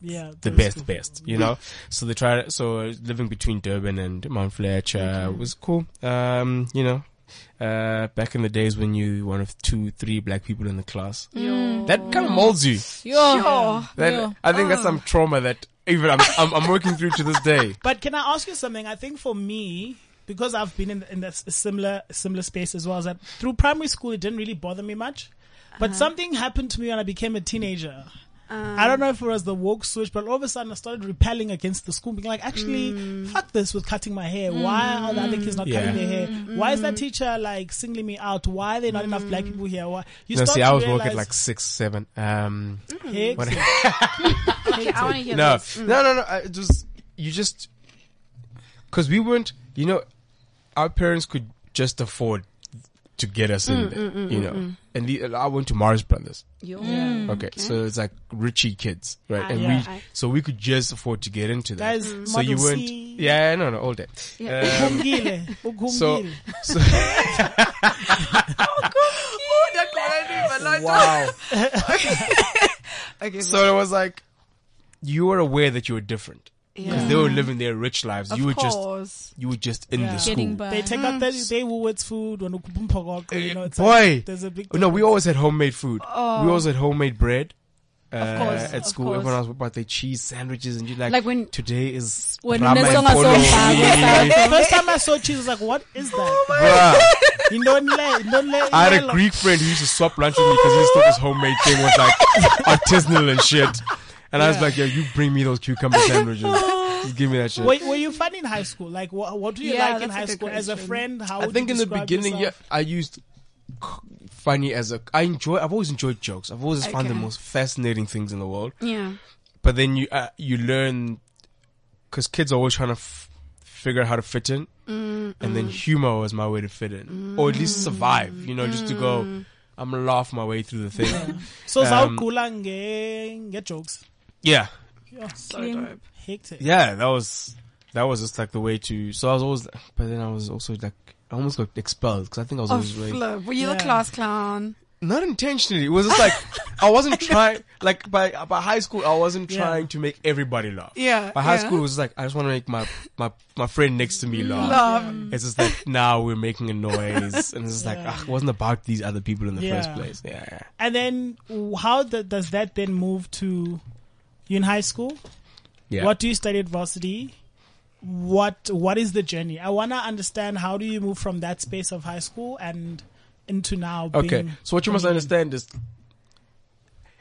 Speaker 5: Yeah,
Speaker 6: the best, best, you know. so they try. So uh, living between Durban and Mount Fletcher
Speaker 4: Mm-hmm.
Speaker 6: was cool. Um, you know, uh, back in the days when you one of two, three black people in the class, that kind
Speaker 4: Oh.
Speaker 6: of molds you.
Speaker 7: Yo.
Speaker 4: Sure.
Speaker 6: That
Speaker 7: Yeah.
Speaker 6: I think
Speaker 4: Oh.
Speaker 6: that's some trauma that even I'm I'm, I'm working through to this day.
Speaker 5: But can I ask you something? I think for me, because I've been in, in a s- similar similar space as well, is that through primary school it didn't really bother me much. But something happened to me when I became a teenager. I don't know if it was the woke switch, but all of a sudden I started repelling against the school, being like, actually, fuck this with cutting my hair. Why are the other kids not
Speaker 6: Yeah.
Speaker 5: cutting their hair? Why is that teacher like singling me out? Why are there not enough black people here? Why? You
Speaker 6: No,
Speaker 5: start
Speaker 6: see,
Speaker 5: to
Speaker 6: I was
Speaker 5: realize, Mm-hmm.
Speaker 6: working like six, seven. Um,
Speaker 5: "Hey,
Speaker 6: what-
Speaker 4: I want to hear
Speaker 6: no,
Speaker 4: this.
Speaker 6: no,
Speaker 5: mm.
Speaker 6: no, no. I- It was you just because we weren't. You know, our parents could just afford to get us
Speaker 5: Mm,
Speaker 6: in there. you know, and the, I went to Mars Brothers.
Speaker 4: Yo.
Speaker 6: Okay, so it's like richie kids, right? and
Speaker 5: Mm, Ah, Yeah.
Speaker 6: we, so we could just afford to get into that.
Speaker 5: Guys, Mm.
Speaker 6: so you
Speaker 5: Model
Speaker 6: weren't,
Speaker 5: C.
Speaker 6: yeah, no, no, all day. Um,
Speaker 5: Ugumgile, Ugumgile."
Speaker 6: so, so wow.
Speaker 4: Okay.
Speaker 6: So it was like you were aware that you were different because
Speaker 4: yeah.
Speaker 6: they were living their rich lives. you were just,
Speaker 4: course.
Speaker 6: you were just in the
Speaker 5: Yeah.
Speaker 6: school.
Speaker 7: Getting by.
Speaker 5: They take out 30 day Woolworths food when you know, it's
Speaker 6: Boy.
Speaker 5: like, there's a big
Speaker 6: Oh, No, we always had homemade food. We always had homemade bread. uh,
Speaker 7: course,
Speaker 6: at
Speaker 7: of
Speaker 6: school,
Speaker 7: course.
Speaker 6: everyone was about their cheese sandwiches, and you're like,
Speaker 4: Like when-
Speaker 6: today is
Speaker 7: When
Speaker 6: ramen
Speaker 7: Nesonga
Speaker 6: polo."
Speaker 7: Songa-
Speaker 5: The first time I saw cheese, I was like, "What is that?"
Speaker 6: Bruh.
Speaker 5: You don't let, you don't let.
Speaker 6: Oh I had a Greek friend who used to swap lunch with me because he just thought this homemade thing was like artisanal and shit. And I was like, yo, you bring me those cucumber sandwiches. Just give me that shit.
Speaker 5: Were, were you fun in high school? Like, what, what do you
Speaker 4: Yeah,
Speaker 5: like in
Speaker 4: that's a
Speaker 5: high
Speaker 4: good
Speaker 5: school? As a
Speaker 4: question.
Speaker 5: friend, how
Speaker 6: I
Speaker 5: would
Speaker 6: think
Speaker 5: you
Speaker 6: in the
Speaker 5: describe
Speaker 6: beginning,
Speaker 5: yourself?
Speaker 6: yeah, I used c- funny as a. I enjoy. I've always enjoyed jokes. I've always found the
Speaker 4: Okay.
Speaker 6: most fascinating things in the world.
Speaker 4: Yeah.
Speaker 6: But then you uh, you learn because kids are always trying to f- figure out how to fit in,
Speaker 5: Mm,
Speaker 6: and then humor was my way to fit in, or at least survive. You know, just to go.
Speaker 5: mm.
Speaker 6: I'm gonna laugh my way through the thing.
Speaker 5: So
Speaker 6: um,
Speaker 5: um, get jokes.
Speaker 6: yeah,
Speaker 7: Clean.
Speaker 5: Hectic.
Speaker 6: yeah, that was that was just like the way to. So I was always, but then I was also like, I almost got expelled because I think I was
Speaker 4: Oh,
Speaker 6: always like,
Speaker 4: Flip. Were you
Speaker 5: Yeah.
Speaker 4: the class clown?
Speaker 6: not intentionally. It was just like I wasn't trying. Like by by high school, I wasn't
Speaker 5: Yeah.
Speaker 6: trying to make everybody laugh.
Speaker 4: Yeah,
Speaker 6: By high
Speaker 4: yeah.
Speaker 6: school, it was like I just want to make my my my friend next to me laugh.
Speaker 4: Love.
Speaker 6: It's just like now we're making a noise, and it's just like
Speaker 5: Yeah.
Speaker 6: ah, it wasn't about these other people in the first
Speaker 5: Yeah.
Speaker 6: place. Yeah.
Speaker 5: And then, w- how th- does that then move to you in high school?
Speaker 6: Yeah.
Speaker 5: What do you study at varsity? What What is the journey? I wanna understand how do you move from that space of high school and into now. Being
Speaker 6: Okay. So what you must
Speaker 5: comedian?
Speaker 6: understand is,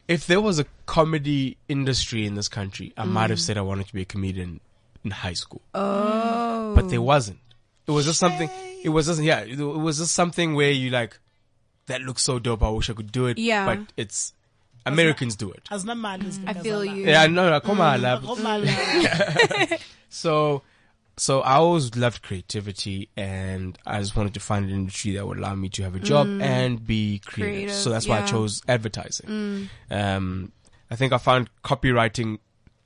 Speaker 6: if there was a comedy industry in this country, I might have said I wanted to be a comedian in high school. Oh. But there wasn't. It was just something. It was just yeah. It was just something where you like, that looks so dope. I wish I could do it.
Speaker 4: Yeah.
Speaker 6: But it's Americans do it.
Speaker 5: As not mad as
Speaker 4: I feel you.
Speaker 6: Yeah. No. no come on, lab.
Speaker 5: Because
Speaker 6: So, so I always loved creativity, and I just wanted to find an industry that would allow me to have a job and be creative.
Speaker 4: Mm. Creative,
Speaker 6: so that's why I
Speaker 4: yeah. Mm.
Speaker 6: chose advertising. Um, I think I found copywriting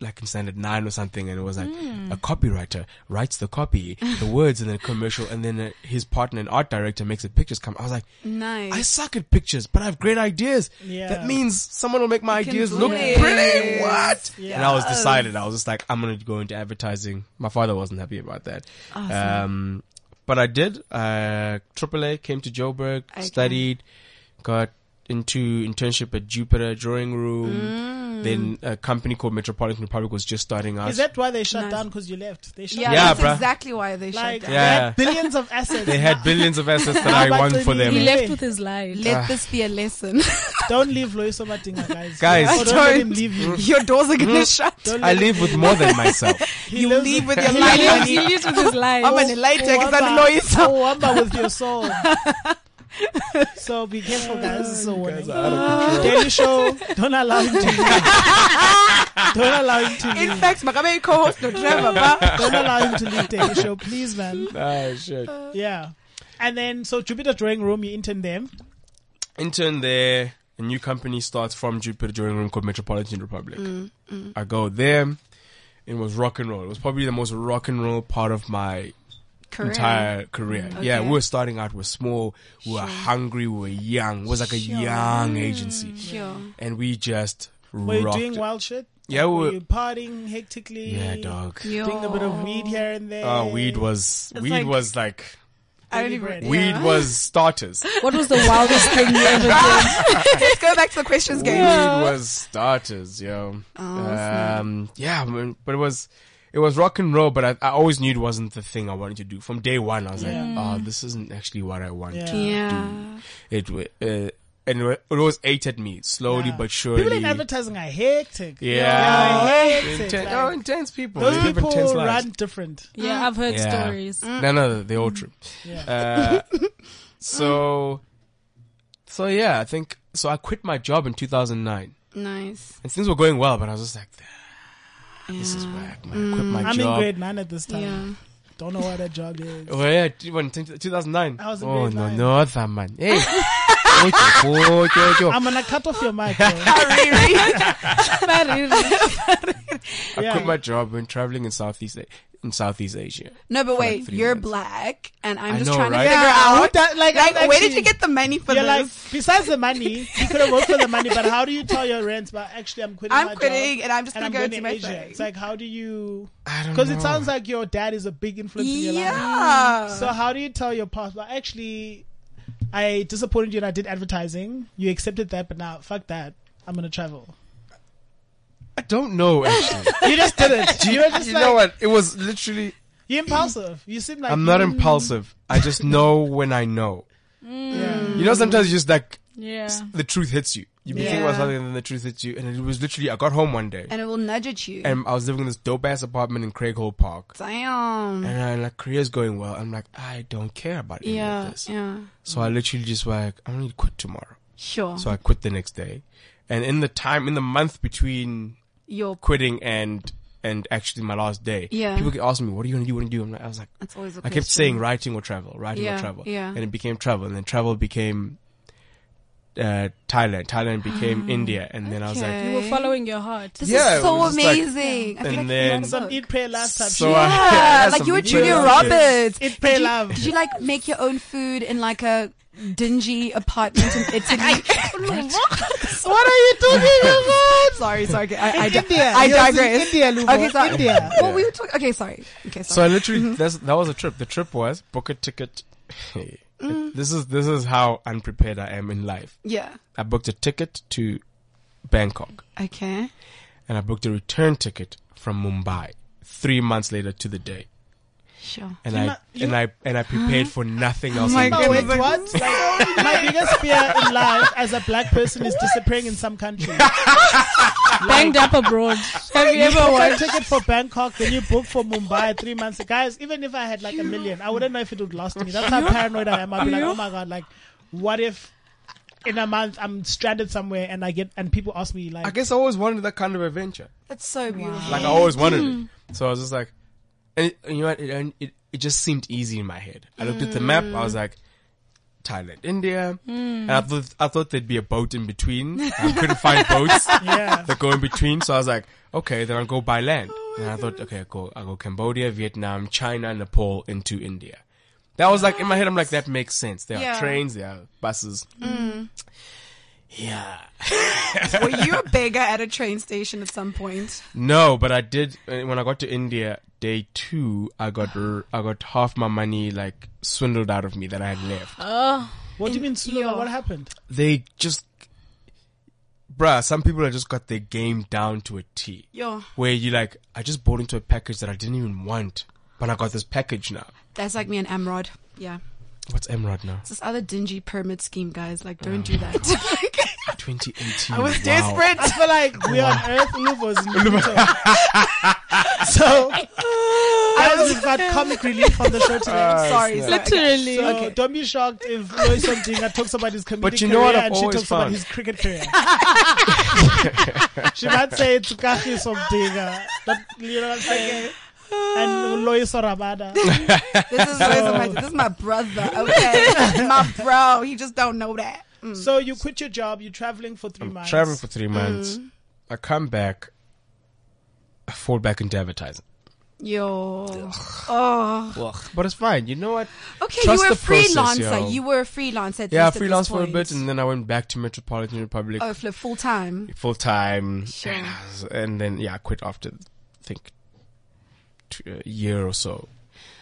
Speaker 6: like in standard nine or something, and it was like
Speaker 4: Mm.
Speaker 6: a copywriter writes the copy, the words, and then a commercial, and then uh, his partner, an art director, makes the pictures come. I was like,
Speaker 4: Nice.
Speaker 6: I suck at pictures, but I have great ideas.
Speaker 5: Yeah.
Speaker 6: That means someone will make my
Speaker 4: can
Speaker 6: ideas
Speaker 4: do
Speaker 6: look
Speaker 4: it.
Speaker 6: pretty. What?
Speaker 5: Yeah.
Speaker 6: And I was decided. I was just like, I'm gonna go into advertising. My father wasn't happy about that. Um, but I did. Uh, AAA came to Joburg,
Speaker 4: Okay.
Speaker 6: studied, got into internship at Jupiter Drawing Room.
Speaker 4: Mm.
Speaker 6: Then a company called Metropolitan Republic was just starting out.
Speaker 5: Is that why they shut
Speaker 4: Nice.
Speaker 5: down? Because you left. They shut
Speaker 4: Yeah,
Speaker 6: Yeah,
Speaker 4: that's
Speaker 6: bruh.
Speaker 4: exactly why they
Speaker 5: down.
Speaker 4: shut
Speaker 5: Like
Speaker 4: down.
Speaker 5: they
Speaker 6: Yeah.
Speaker 5: had billions of assets.
Speaker 6: they had billions of assets that
Speaker 5: How
Speaker 6: I
Speaker 5: about
Speaker 6: won for
Speaker 5: the-
Speaker 6: them.
Speaker 7: He
Speaker 5: Yeah.
Speaker 7: left with his life.
Speaker 6: Ah.
Speaker 4: Let this be a lesson.
Speaker 5: Don't leave Loiso Matinga, guys.
Speaker 6: Guys.
Speaker 5: Or don't let him
Speaker 4: Don't.
Speaker 5: leave you.
Speaker 4: Your doors are gonna shut.
Speaker 5: Don't
Speaker 6: I
Speaker 5: let him-
Speaker 6: live with more than myself.
Speaker 5: He
Speaker 4: You
Speaker 5: lives-
Speaker 4: leave with your
Speaker 7: He
Speaker 4: life
Speaker 7: lives- he
Speaker 4: money.
Speaker 7: lives with his life.
Speaker 4: I'm an lighter because I know you so.
Speaker 5: Oh, Wamba with your soul. so be careful, guys. This is a warning. Daily show. Don't allow him to leave. Don't allow him to
Speaker 4: In
Speaker 5: leave.
Speaker 4: fact, my co-host no driver, but
Speaker 5: Don't allow him to leave Daily show, please, man.
Speaker 6: ah, shit.
Speaker 4: Uh,
Speaker 5: Yeah. And then, so Jupiter Drawing Room, you intern them.
Speaker 6: intern there. A new company starts from Jupiter Drawing Room called Metropolitan Republic.
Speaker 4: Mm,
Speaker 6: I go there. It was rock and roll. It was probably the most rock and roll part of my
Speaker 4: Correct.
Speaker 6: entire career. Yeah,
Speaker 4: Mm,
Speaker 6: we
Speaker 4: okay.
Speaker 6: were starting out. We were small. We were hungry. We were young. It was like a young agency,
Speaker 4: Mm. Sure.
Speaker 6: and we just
Speaker 5: Were you
Speaker 6: rocked.
Speaker 5: doing
Speaker 6: it.
Speaker 5: wild shit?
Speaker 6: Yeah, we
Speaker 5: Were
Speaker 6: were,
Speaker 5: you partying hectically?
Speaker 6: Oh, uh, yeah, dog.
Speaker 5: Doing a bit of weed here and there.
Speaker 6: Oh, weed was weed
Speaker 4: like-
Speaker 6: was like
Speaker 4: I don't
Speaker 5: Daily
Speaker 4: even.
Speaker 5: bread.
Speaker 4: yeah.
Speaker 6: weed was starters.
Speaker 7: What was the wildest thing you ever did?
Speaker 4: Let's go back to the questions game.
Speaker 6: Weed was starters, yo.
Speaker 5: Oh,
Speaker 4: that's
Speaker 6: um, yeah, I mean, but it was it was rock and roll. But I, I always knew it wasn't the thing I wanted to do from day one. I was like, oh, this isn't actually what I want.
Speaker 5: Yeah.
Speaker 6: To. It wa- uh, and it wa- it always ate at me slowly
Speaker 5: Yeah.
Speaker 6: but surely.
Speaker 5: People in advertising are hectic.
Speaker 6: Yeah.
Speaker 5: They are hectic.
Speaker 6: Inten-
Speaker 5: like-
Speaker 6: oh, intense people.
Speaker 5: Those
Speaker 6: They live
Speaker 5: people
Speaker 6: intense lives.
Speaker 5: run different.
Speaker 7: Yeah, I've heard
Speaker 6: Yeah.
Speaker 7: stories.
Speaker 6: No, no, they're all true. Uh, so, so yeah, I think so. I quit my job in 2009.
Speaker 4: Nice.
Speaker 6: And things were going well, but I was just like, this is whack, man. I quit my
Speaker 5: I'm in
Speaker 6: job.
Speaker 5: grade nine at this time.
Speaker 4: Yeah.
Speaker 5: Don't know what a job is.
Speaker 6: Oh, yeah, t- when, t- 2009.
Speaker 5: I was in
Speaker 6: oh,
Speaker 5: grade
Speaker 6: no,
Speaker 5: nine.
Speaker 6: no, that man. Hey. Okay, okay, okay.
Speaker 5: I'm gonna cut off your mic. Bro.
Speaker 6: I
Speaker 5: Yeah.
Speaker 6: quit my job when traveling in Southeast, A- in Southeast Asia.
Speaker 4: No, but wait,
Speaker 6: three
Speaker 4: you're
Speaker 6: months.
Speaker 4: black, and I'm
Speaker 6: I
Speaker 4: just
Speaker 6: know,
Speaker 4: trying
Speaker 6: right?
Speaker 4: to figure
Speaker 5: Yeah, who
Speaker 4: out.
Speaker 5: da- like,
Speaker 4: like,
Speaker 5: I'm
Speaker 4: where
Speaker 5: actually-
Speaker 4: did you get the money for
Speaker 5: You're
Speaker 4: this?
Speaker 5: like, besides the money, you could have worked for the money, but how do you tell your rents? But actually, I'm quitting.
Speaker 4: I'm
Speaker 5: my
Speaker 4: quitting
Speaker 5: job
Speaker 4: and I'm just
Speaker 5: and
Speaker 4: gonna
Speaker 5: I'm
Speaker 4: go
Speaker 5: going
Speaker 4: do
Speaker 5: to
Speaker 4: my
Speaker 5: Asia.
Speaker 4: thing.
Speaker 5: It's like, how do you?
Speaker 6: I don't know.
Speaker 5: Because it sounds like your dad is a big influence in your life.
Speaker 4: yeah.
Speaker 5: So how do you tell your past? But actually, I disappointed you and I did advertising. You accepted that, but now fuck that. I'm gonna travel.
Speaker 6: don't know actually.
Speaker 5: You just did it. You were just
Speaker 6: you
Speaker 5: like,
Speaker 6: know what? It was literally.
Speaker 5: You're impulsive. You seem like
Speaker 6: I'm not
Speaker 5: you-
Speaker 6: impulsive. I just know when I know. You
Speaker 5: Mm.
Speaker 6: know, sometimes you just like
Speaker 7: Yeah.
Speaker 6: the truth hits you. You be thinking about
Speaker 4: Yeah.
Speaker 6: something and then the truth hits you. And it was literally, I got home one day
Speaker 4: and it will nudge at you.
Speaker 6: and I was living in this dope ass apartment in Craig Hall Park.
Speaker 4: Damn.
Speaker 6: And I like career's going well. I'm like, I don't care about any
Speaker 4: Yeah,
Speaker 6: of this.
Speaker 4: yeah.
Speaker 6: So I literally just like, I'm gonna quit tomorrow.
Speaker 4: Sure.
Speaker 6: So I quit the next day. And in the time, in the month between
Speaker 4: Your
Speaker 6: quitting and and actually my last day,
Speaker 4: Yeah.
Speaker 6: people kept asking me, "What are you gonna do? What are you gonna do?" I'm like, I was like,
Speaker 4: That's always a
Speaker 6: I
Speaker 4: question.
Speaker 6: kept saying writing or travel, writing
Speaker 4: Yeah,
Speaker 6: or travel,
Speaker 4: yeah.
Speaker 6: and it became travel, and then travel became uh, Thailand, Thailand became India, and then I was like,
Speaker 7: You were following your heart.
Speaker 4: This
Speaker 6: Yeah,
Speaker 4: is
Speaker 6: it
Speaker 4: so
Speaker 6: was just like-
Speaker 4: amazing. I feel
Speaker 6: And
Speaker 4: like
Speaker 6: then-
Speaker 4: you
Speaker 5: some
Speaker 4: some
Speaker 5: eat, pray, love type
Speaker 6: so
Speaker 5: shit.
Speaker 6: I,
Speaker 4: yeah, like
Speaker 6: some
Speaker 4: you were
Speaker 6: video.
Speaker 4: Julia Roberts.
Speaker 5: Eat, pray,
Speaker 4: did,
Speaker 5: love.
Speaker 4: You, did you like make your own food in like a dingy apartment in Italy?
Speaker 5: What are you talking about?
Speaker 4: sorry, sorry. okay, I, I,
Speaker 5: In
Speaker 4: di-
Speaker 5: India.
Speaker 4: I
Speaker 5: You're in
Speaker 4: digress.
Speaker 5: India, Lubo.
Speaker 4: Okay, sorry.
Speaker 5: India.
Speaker 4: Well, we were talking. Okay, sorry. Okay,
Speaker 6: So
Speaker 4: sorry.
Speaker 6: I literally that's, that was a trip. The trip was book a ticket.
Speaker 4: Mm.
Speaker 6: This is this is how unprepared I am in life.
Speaker 4: yeah.
Speaker 6: I booked a ticket to Bangkok
Speaker 4: Okay.
Speaker 6: and I booked a return ticket from Mumbai three months later to the day.
Speaker 4: Sure.
Speaker 6: And I
Speaker 5: you-
Speaker 6: and I and I prepared for nothing else.
Speaker 4: my
Speaker 6: in
Speaker 5: But
Speaker 6: between.
Speaker 5: wait, what? Like, my biggest fear in life as a black person is disappearing in some country.
Speaker 7: Banged up abroad. Have you
Speaker 5: You
Speaker 7: ever
Speaker 5: book a
Speaker 7: watched?
Speaker 5: ticket for Bangkok, then you book for Mumbai three months. Guys, even if I had like a million, I wouldn't know if it would last me. That's how paranoid I am. I'd be like, oh my god, like, what if in a month I'm stranded somewhere and I get and people ask me like,
Speaker 6: I guess I always wanted that kind of adventure.
Speaker 4: That's so beautiful.
Speaker 6: Like I always wanted it. So I was just like, and, and you know what? It, and it it just seemed easy in my head. I looked at the map. I was like, Thailand, India, and I thought I thought there'd be a boat in between. I couldn't find boats
Speaker 5: yeah,
Speaker 6: that go in between. So I was like, okay, then I'll go by land. and I thought, okay, I go I will go Cambodia, Vietnam, China, Nepal, into India. That was like in my head. I'm like, that makes sense. There
Speaker 4: Yeah.
Speaker 6: are trains, there are buses. Yeah.
Speaker 4: Were you a beggar at a train station at some point?
Speaker 6: No, but I did uh, when I got to India day two. I got r- I got half my money like swindled out of me that I had left.
Speaker 5: what do you mean, Sula?
Speaker 4: Yeah.
Speaker 5: What happened?
Speaker 6: They just, bruh. Some people have just got their game down to a T.
Speaker 4: Yeah.
Speaker 6: Where you like, I just bought into a package that I didn't even want, but I got this package now.
Speaker 4: That's like me and Amrod. Yeah.
Speaker 6: What's Emrod now?
Speaker 4: It's this other dingy pyramid scheme, guys. Like, don't do that.
Speaker 6: 2018.
Speaker 4: I was
Speaker 6: wow.
Speaker 5: I
Speaker 4: desperate.
Speaker 5: feel like we on Earth, Luvo's in Pluto. So guys, we've got comic relief on the show today.
Speaker 4: Sorry.
Speaker 6: snap.
Speaker 4: sorry.
Speaker 7: Literally.
Speaker 5: So
Speaker 4: Okay.
Speaker 5: don't be shocked if Lois Odinga talks about his comedic
Speaker 6: But you know what
Speaker 5: career
Speaker 6: I've
Speaker 5: and she
Speaker 6: always
Speaker 5: talks about
Speaker 6: found?
Speaker 5: his cricket career. she might say it's Kahis Odinga, but you know what I'm saying. And Lois Rabada.
Speaker 4: This is, this, is my, this is my brother. Okay. my bro. He just don't know that.
Speaker 5: So you quit your job. You're traveling for 3 months.
Speaker 6: Traveling for
Speaker 4: Mm.
Speaker 6: three months. I come back. I fall back into advertising.
Speaker 4: Yo. Oh.
Speaker 6: But it's fine. You know what?
Speaker 4: Okay,
Speaker 6: Trust
Speaker 4: you were a
Speaker 6: the process,
Speaker 4: freelancer.
Speaker 6: yo.
Speaker 4: you were a freelancer. At
Speaker 6: Yeah, I
Speaker 4: least at this
Speaker 6: freelanced for a
Speaker 4: point.
Speaker 6: bit and then I went back to Metropolitan Republic
Speaker 4: Oh, flip full time.
Speaker 6: full time.
Speaker 4: Sure.
Speaker 6: And then, yeah, I quit after, I think, two- a year or so.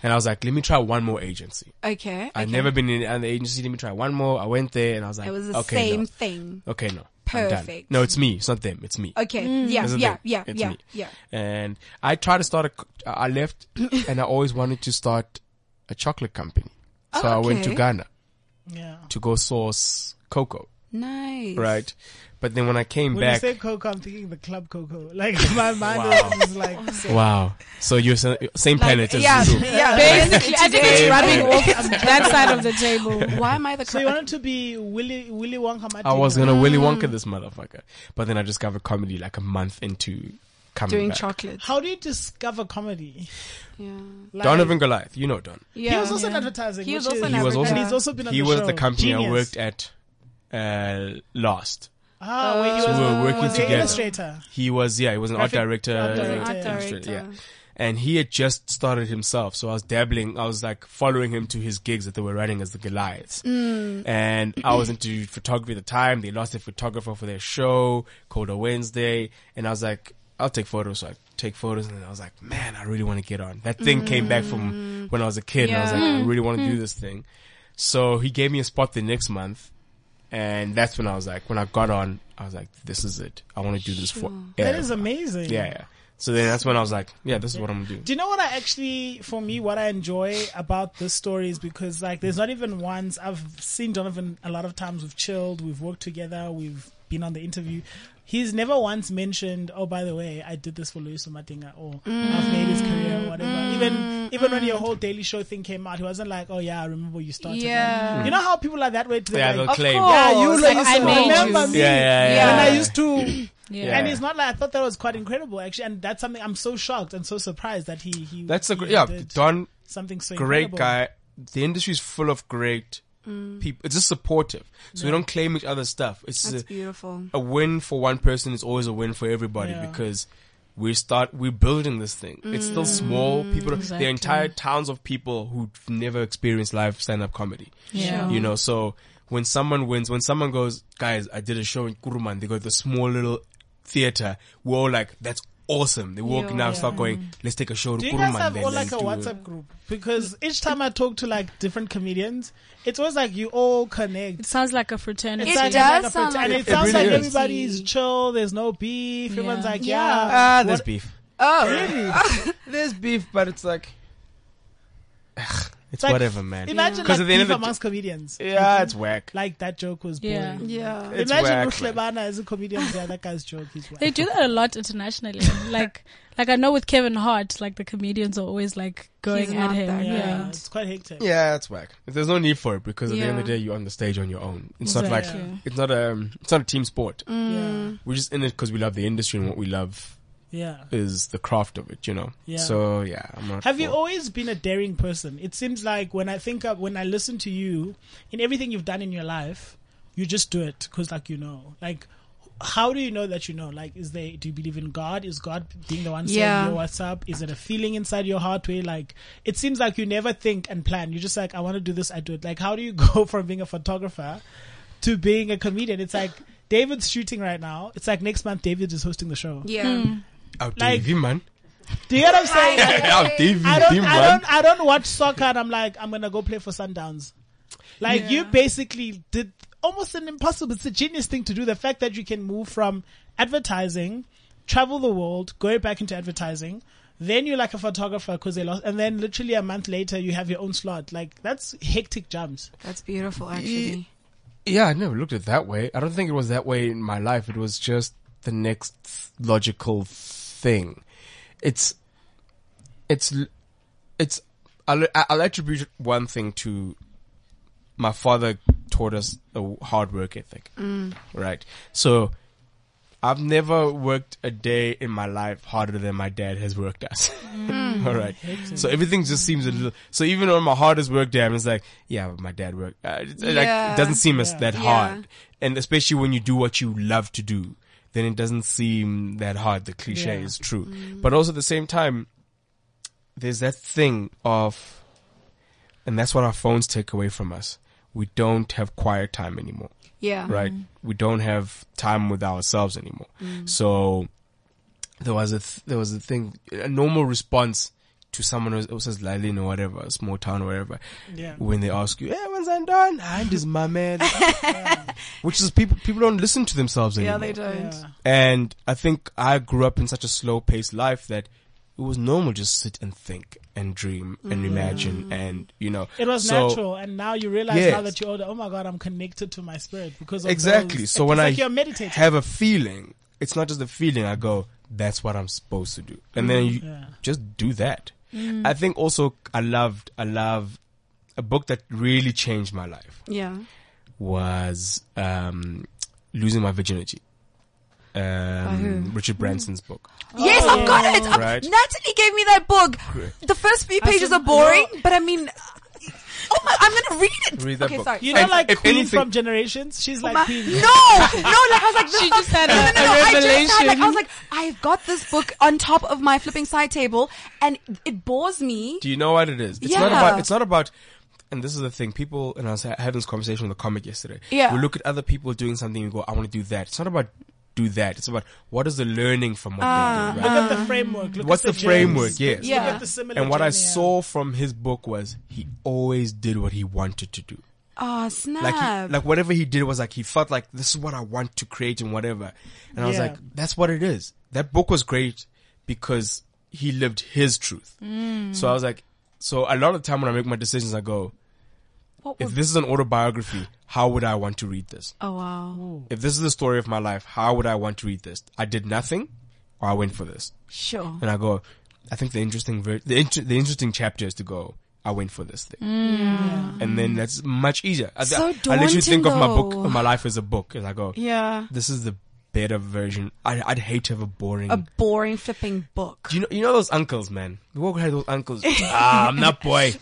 Speaker 6: And I was like, let me try one more agency.
Speaker 4: Okay.
Speaker 6: I've
Speaker 4: okay.
Speaker 6: never been in another agency. Let me try one more. I went there and I was like,
Speaker 4: It was the
Speaker 6: okay,
Speaker 4: same
Speaker 6: no.
Speaker 4: thing.
Speaker 6: Okay, no. I'm done.
Speaker 4: Perfect. Oh.
Speaker 6: No, it's me. It's not them. It's me.
Speaker 4: Okay. Yeah,
Speaker 6: That's the
Speaker 4: yeah,
Speaker 6: thing.
Speaker 4: yeah,
Speaker 6: It's
Speaker 4: yeah,
Speaker 6: me.
Speaker 4: yeah.
Speaker 6: And I tried to start a, c- I left and I always wanted to start a chocolate company. So
Speaker 4: Oh,
Speaker 6: I went to
Speaker 4: okay.
Speaker 6: Ghana
Speaker 5: Yeah.
Speaker 6: to go source cocoa.
Speaker 4: Nice.
Speaker 6: Right. But then when I came
Speaker 5: When
Speaker 6: back,
Speaker 5: you say Coco, I'm thinking the club Coco. Like my mind is like,
Speaker 6: wow. So you're sa- same planet as
Speaker 4: yeah,
Speaker 6: Zulu.
Speaker 4: yeah.
Speaker 7: Basically, I think it's
Speaker 4: Today-
Speaker 7: rubbing off that side of the table.
Speaker 4: Why am I the?
Speaker 5: so you wanted to be Willy Willy Wonka.
Speaker 6: I was
Speaker 5: Madika.
Speaker 6: gonna Willy
Speaker 5: Mm.
Speaker 6: Wonka this motherfucker, but then I discovered comedy like a month into coming
Speaker 4: doing
Speaker 6: back.
Speaker 4: chocolate?
Speaker 5: How do you discover comedy?
Speaker 4: Yeah.
Speaker 5: Like,
Speaker 6: Donovan Goliath, you know Don.
Speaker 4: yeah.
Speaker 5: He was also in
Speaker 4: yeah.
Speaker 5: advertising.
Speaker 4: He was
Speaker 5: which
Speaker 4: also
Speaker 5: is-
Speaker 4: in
Speaker 6: He was also-
Speaker 5: and he's also been on
Speaker 6: He
Speaker 5: the
Speaker 6: was
Speaker 5: show.
Speaker 6: the company I
Speaker 5: Genius.
Speaker 6: worked at uh, last.
Speaker 5: Ah, where he
Speaker 6: So
Speaker 5: was
Speaker 6: we were
Speaker 5: was
Speaker 6: working
Speaker 5: an
Speaker 6: together.
Speaker 5: illustrator.
Speaker 6: He was yeah, he was an art
Speaker 5: Graphic-
Speaker 6: director,
Speaker 5: art
Speaker 6: uh,
Speaker 5: Art
Speaker 6: illustrator,
Speaker 4: director.
Speaker 6: yeah. And he had just started himself, so I was dabbling. I was like following him to his gigs that they were running as the Goliaths. And I was into photography at the time. They lost their photographer for their show called A Wednesday, and I was like, I'll take photos. So I take photos, and I was like, man, I really want to get on. That thing came back from when I was a kid, and I was
Speaker 4: Yeah.
Speaker 6: like, I really want to do this thing. So he gave me a spot the next month, And that's when I was like, when I got on, I was like, this is it. I want to do this for.
Speaker 5: That is amazing.
Speaker 6: Yeah, yeah. So then that's when I was like, yeah, this is what I'm gonna do.
Speaker 5: Do you know what I actually, for me, what I enjoy about this story is because like, there's not even once I've seen Donovan a lot of times. We've chilled, we've worked together, we've been on the interview. He's never once mentioned, oh, by the way, I did this for Luis Matinga, or I've made his career, or whatever.
Speaker 4: Mm.
Speaker 5: even even when your whole Daily Show thing came out, he wasn't like, oh yeah, I remember you started. that."
Speaker 4: Yeah.
Speaker 5: You know how people are that way. They're
Speaker 6: Yeah,
Speaker 5: like,
Speaker 6: they'll
Speaker 4: Of
Speaker 6: claim.
Speaker 4: course.
Speaker 5: yeah, you
Speaker 4: Like,
Speaker 5: like,
Speaker 4: I made
Speaker 5: remember
Speaker 4: you.
Speaker 5: me.
Speaker 6: Yeah, yeah, yeah.
Speaker 5: When I
Speaker 4: Yeah.
Speaker 5: used to.
Speaker 6: Yeah.
Speaker 5: And it's not like I thought that was quite incredible actually, and that's something I'm so shocked and so surprised that he he.
Speaker 6: That's a
Speaker 5: he
Speaker 6: great, yeah,
Speaker 5: did
Speaker 6: Don,
Speaker 5: something so
Speaker 6: great
Speaker 5: incredible.
Speaker 6: guy. The industry is full of great people. It's just supportive. So we don't claim each other's stuff. It's
Speaker 4: That's
Speaker 6: a,
Speaker 4: beautiful.
Speaker 6: a win for one person is always a win for everybody
Speaker 5: Yeah.
Speaker 6: because we start we're building this thing. It's still small. People, there are entire towns of people who've never experienced live stand-up comedy.
Speaker 7: Yeah.
Speaker 6: you know. So when someone wins, when someone goes, guys, I did a show in Kuruman. They got the small little theater. We're all like, that's awesome. They walk now, start going, let's take a show to
Speaker 5: Do you
Speaker 6: Kuruman.
Speaker 5: guys have
Speaker 6: then,
Speaker 5: all
Speaker 6: let's
Speaker 5: like a
Speaker 6: do it."
Speaker 5: WhatsApp group? Because each time I talk to like different comedians, it's always like you all connect.
Speaker 7: It sounds like a
Speaker 5: It's
Speaker 7: fraternity.
Speaker 5: like-
Speaker 4: does
Speaker 5: it's
Speaker 4: sound
Speaker 5: like a- and
Speaker 4: like
Speaker 5: it
Speaker 4: a
Speaker 5: sounds like
Speaker 6: fraternity.
Speaker 5: everybody's chill. There's no beef. Everyone's
Speaker 7: Yeah.
Speaker 5: like,
Speaker 4: Yeah.
Speaker 5: yeah,
Speaker 6: Ah, there's beef.
Speaker 4: Oh,
Speaker 6: There's beef, but it's like, it's
Speaker 5: like-
Speaker 6: whatever, man.
Speaker 5: Imagine
Speaker 6: 'Cause
Speaker 5: like
Speaker 6: at the end
Speaker 5: beef
Speaker 6: of the-
Speaker 5: amongst comedians.
Speaker 6: yeah, it's whack.
Speaker 5: Like that joke was boring.
Speaker 7: Yeah.
Speaker 4: yeah.
Speaker 6: It's
Speaker 5: Imagine
Speaker 6: whack, man.
Speaker 5: Ruhlebana as a comedian. Yeah, that guy's joke is whack.
Speaker 7: They do that a lot internationally. like, like I know with Kevin Hart, like the comedians are always like going
Speaker 4: He's
Speaker 7: at
Speaker 4: not
Speaker 7: him.
Speaker 4: that
Speaker 5: yeah,
Speaker 7: Yeah.
Speaker 5: it's quite hectic.
Speaker 6: Yeah, it's whack. There's no need for it because at the end of the
Speaker 7: Yeah.
Speaker 6: day, you're on the stage on your own. It's
Speaker 7: Exactly.
Speaker 6: not like
Speaker 7: Yeah.
Speaker 6: it's not a it's not a team sport.
Speaker 4: Mm.
Speaker 5: Yeah,
Speaker 6: We're just in it because we love the industry and what we love
Speaker 5: yeah.
Speaker 6: is the craft of it. You know.
Speaker 5: Yeah.
Speaker 6: So yeah, I'm not.
Speaker 5: Have you
Speaker 6: for-
Speaker 5: always been a daring person? It seems like when I think of when I listen to you, in everything you've done in your life, you just do it because, like, you know, like, how do you know that you know? Like, is there? Do you believe in God? Is God being the one
Speaker 4: Yeah.
Speaker 5: saying, "Yo, what's up?" Is it a feeling inside your heart where, like, it seems like you never think and plan. You're just like, I want to do this, I do it. Like, how do you go from being a photographer to being a comedian? It's like David's shooting right now. It's like next month David is hosting the show.
Speaker 4: Yeah.
Speaker 7: Hmm.
Speaker 6: I'll
Speaker 5: Like-
Speaker 6: like, you, man.
Speaker 5: Do you get what I'm saying?
Speaker 6: I'll Dave
Speaker 5: I
Speaker 6: you,
Speaker 5: don't, I
Speaker 6: man.
Speaker 5: don't, I don't watch soccer, and I'm like, I'm gonna go play for Sundowns. Like you basically did almost an impossible. It's a genius thing to do. The fact that you can move from advertising, travel the world, go back into advertising. Then you're like a photographer because they lost, and then literally a month later you have your own slot. Like that's hectic jumps.
Speaker 4: That's beautiful, actually.
Speaker 6: Yeah, I never looked at it that way. I don't think it was that way in my life. It was just the next logical thing. It's, it's, l- it's. I'll, I'll attribute one thing to my father taught us a hard work ethic, right? So I've never worked a day in my life harder than my dad has worked us. All right. So everything just seems a little. So even on my hardest work day, I'm just like, yeah, but my dad worked. Uh, it's- Like,
Speaker 4: Yeah.
Speaker 6: it doesn't seem as
Speaker 5: Yeah.
Speaker 6: that hard. And especially when you do what you love to do, then it doesn't seem that hard. The cliche
Speaker 5: Yeah.
Speaker 6: is true. But also at the same time, there's that thing of, and that's what our phones take away from us. We don't have quiet time anymore
Speaker 4: Yeah.
Speaker 6: right?
Speaker 5: Mm-hmm.
Speaker 6: We don't have time with ourselves anymore.
Speaker 5: Mm.
Speaker 6: So there was a th- there was a thing, a normal response to someone who else's Lalin or whatever, a small town or whatever,
Speaker 5: Yeah.
Speaker 6: when they ask you, "Hey, when's I'm done?" I'm just my man, which is people people don't listen to themselves anymore.
Speaker 4: Yeah, they don't.
Speaker 5: Yeah.
Speaker 6: And I think I grew up in such a slow paced life that it was normal just sit and think and dream and imagine and you know
Speaker 5: Mm. It was
Speaker 6: So-
Speaker 5: natural, and now you realize now
Speaker 6: Yes.
Speaker 5: that you're older. Oh my god, I'm connected to my spirit because of
Speaker 6: Exactly.
Speaker 5: those-
Speaker 6: So
Speaker 5: it's
Speaker 6: when
Speaker 5: like
Speaker 6: I
Speaker 5: you're meditating.
Speaker 6: have a feeling, it's not just a feeling. I go, that's what I'm supposed to do, and then you
Speaker 5: Mm, Yeah. Mm.
Speaker 6: just do that. I think also I loved I love a book that really changed my life
Speaker 4: Yeah.
Speaker 6: was um, losing my virginity. Um, Richard
Speaker 5: Mm.
Speaker 6: Branson's book.
Speaker 7: Oh,
Speaker 4: Yes, I've got it. I'm-
Speaker 6: Right.
Speaker 4: Natalie gave me that book. The first few pages are boring, but I mean, oh my, I'm gonna read it.
Speaker 6: Read that
Speaker 4: okay,
Speaker 6: book.
Speaker 4: sorry.
Speaker 5: you know,
Speaker 6: And
Speaker 5: like
Speaker 6: if
Speaker 5: Queen
Speaker 6: anything-
Speaker 5: from Generations. She's like
Speaker 4: Ma-
Speaker 5: Queen.
Speaker 4: no, no, like I was like, this
Speaker 7: She
Speaker 4: book-
Speaker 7: just had
Speaker 4: no,
Speaker 7: a-
Speaker 4: no, no,
Speaker 7: a
Speaker 4: no, I just had, like, I
Speaker 7: revelation.
Speaker 4: was like, I've got this book on top of my flipping side table, and it bores me.
Speaker 6: Do you know what it is? It's not
Speaker 4: Yeah.
Speaker 6: about. It's not about. And this is the thing. People and I was ha- having this conversation with a comic yesterday.
Speaker 4: Yeah.
Speaker 6: We look at other people doing something. We go, I want to do that. It's not about do that. It's about what is the learning from what they do. Right?
Speaker 5: Look at the framework. Look
Speaker 6: What's
Speaker 5: at
Speaker 6: the
Speaker 5: the
Speaker 6: framework?
Speaker 5: journeys.
Speaker 4: Ah.
Speaker 6: Yes.
Speaker 4: Uh-huh. Yeah.
Speaker 5: Look at the similar
Speaker 6: And what I
Speaker 5: journey, yeah.
Speaker 6: saw from his book was he always did what he wanted to do.
Speaker 4: Oh snap!
Speaker 6: Like, he, like whatever he did was like he felt like this is what I want to create and whatever. And I was
Speaker 5: Yeah.
Speaker 6: like, that's what it is. That book was great because he lived his truth. So I was like, so a lot of the time when I make my decisions, I go,
Speaker 7: What
Speaker 6: if
Speaker 7: would,
Speaker 6: this is an autobiography, how would I want to read this?
Speaker 7: oh wow.
Speaker 6: If this is the story of my life, how would I want to read this? I did nothing, or I went for this.
Speaker 7: Sure.
Speaker 6: And I go, I think the interesting ver- the inter- the interesting chapter is to go. I went for this thing, and then that's much easier. I,
Speaker 4: Mm. So
Speaker 6: I literally think of my book,
Speaker 4: daunting, though.
Speaker 6: my life as a book, and I go,
Speaker 4: yeah,
Speaker 6: this is the better version. I, I'd hate to have a boring.
Speaker 4: a boring flipping book.
Speaker 6: Do you know, you know those uncles, man. We all had those uncles. ah, I'm not boy.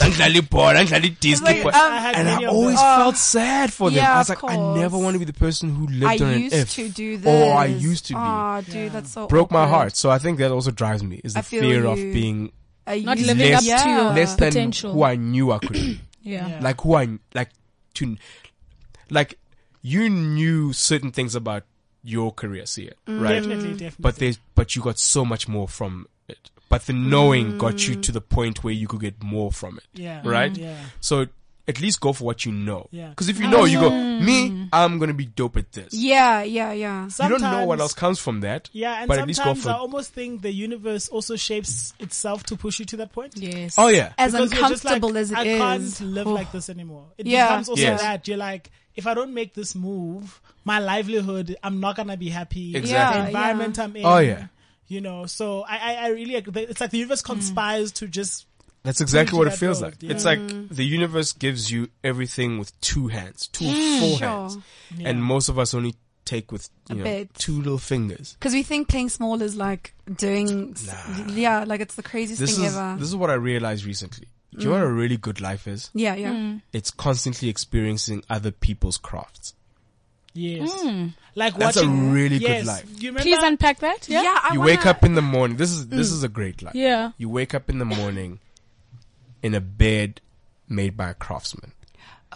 Speaker 6: I'm slightly poor. I'm slightly teased.
Speaker 4: Like,
Speaker 6: boy.
Speaker 4: um,
Speaker 5: I had
Speaker 6: and
Speaker 5: many
Speaker 6: I
Speaker 5: of
Speaker 6: always
Speaker 5: them.
Speaker 6: felt sad for them.
Speaker 4: yeah,
Speaker 6: I was like,
Speaker 4: of
Speaker 6: I never
Speaker 4: course.
Speaker 6: want to be the person who
Speaker 4: I
Speaker 6: lived on an F.
Speaker 4: used to do this.
Speaker 6: Or I used to be.
Speaker 4: Oh, dude, that's so
Speaker 6: Broke my
Speaker 4: awkward.
Speaker 6: heart. So I think that also drives me is the
Speaker 4: I feel
Speaker 6: fear of
Speaker 4: you.
Speaker 6: being
Speaker 4: I
Speaker 7: Not
Speaker 4: used-
Speaker 7: living up
Speaker 6: less-
Speaker 7: to your
Speaker 6: less than
Speaker 7: potential.
Speaker 6: who I knew I could be.
Speaker 7: yeah.
Speaker 5: Yeah.
Speaker 6: like who I like to like you knew certain things about your career, see it,
Speaker 7: Mm.
Speaker 6: right?
Speaker 5: Definitely, definitely.
Speaker 6: Mm. But there's but you got so much more from it. But the knowing got
Speaker 7: Mm.
Speaker 6: you to the point where you could get more from it.
Speaker 5: yeah,
Speaker 6: right?
Speaker 5: Yeah,
Speaker 6: So at least go for what you know.
Speaker 5: Yeah.
Speaker 6: Because if you know, you go,
Speaker 7: Mm.
Speaker 6: me, I'm gonna be dope at this.
Speaker 4: Yeah, yeah, yeah.
Speaker 6: You don't know what
Speaker 5: Sometimes-
Speaker 6: else comes from that.
Speaker 5: Yeah, and
Speaker 6: but at least go
Speaker 5: sometimes
Speaker 6: for.
Speaker 5: I almost think the universe also shapes itself to push you to that point.
Speaker 7: Yes.
Speaker 6: oh yeah.
Speaker 4: As
Speaker 5: Because you're just
Speaker 4: uncomfortable
Speaker 5: like,
Speaker 4: as it
Speaker 5: I
Speaker 4: is, Oh.
Speaker 5: can't live
Speaker 4: Oof.
Speaker 5: like this anymore. It
Speaker 4: Yeah.
Speaker 5: becomes also
Speaker 6: Yes.
Speaker 5: that you're like, if I don't make this move, my livelihood, I'm not gonna be happy.
Speaker 6: Exactly.
Speaker 5: The environment I'm in.
Speaker 6: Oh, yeah.
Speaker 5: You know, so I, I, I really, agree. it's like the universe
Speaker 4: Mm.
Speaker 5: conspires to just
Speaker 6: That's exactly what it
Speaker 5: that
Speaker 6: feels
Speaker 5: road,
Speaker 6: like.
Speaker 5: yeah.
Speaker 6: It's like the universe gives you everything with two hands, two or four hands, and most of us only take with you know,
Speaker 4: bit.
Speaker 6: two little fingers.
Speaker 4: Because we think playing small is like doing, s- yeah, like it's the craziest
Speaker 6: This
Speaker 4: thing
Speaker 6: is
Speaker 4: ever. Mm.
Speaker 6: this is what I realized recently. Do you know what a really good life is?
Speaker 4: yeah, yeah.
Speaker 6: It's constantly experiencing other people's crafts.
Speaker 5: Yes. Like
Speaker 6: That's a
Speaker 5: watching,
Speaker 6: really good
Speaker 5: yes.
Speaker 6: life.
Speaker 5: You remember?
Speaker 7: Please uh, unpack that. Yeah.
Speaker 4: Yeah, I
Speaker 6: you
Speaker 4: wanna- Mm.
Speaker 6: wake up in the morning. This is this is a great life.
Speaker 7: Yeah.
Speaker 6: You wake up in the morning in a bed made by a craftsman.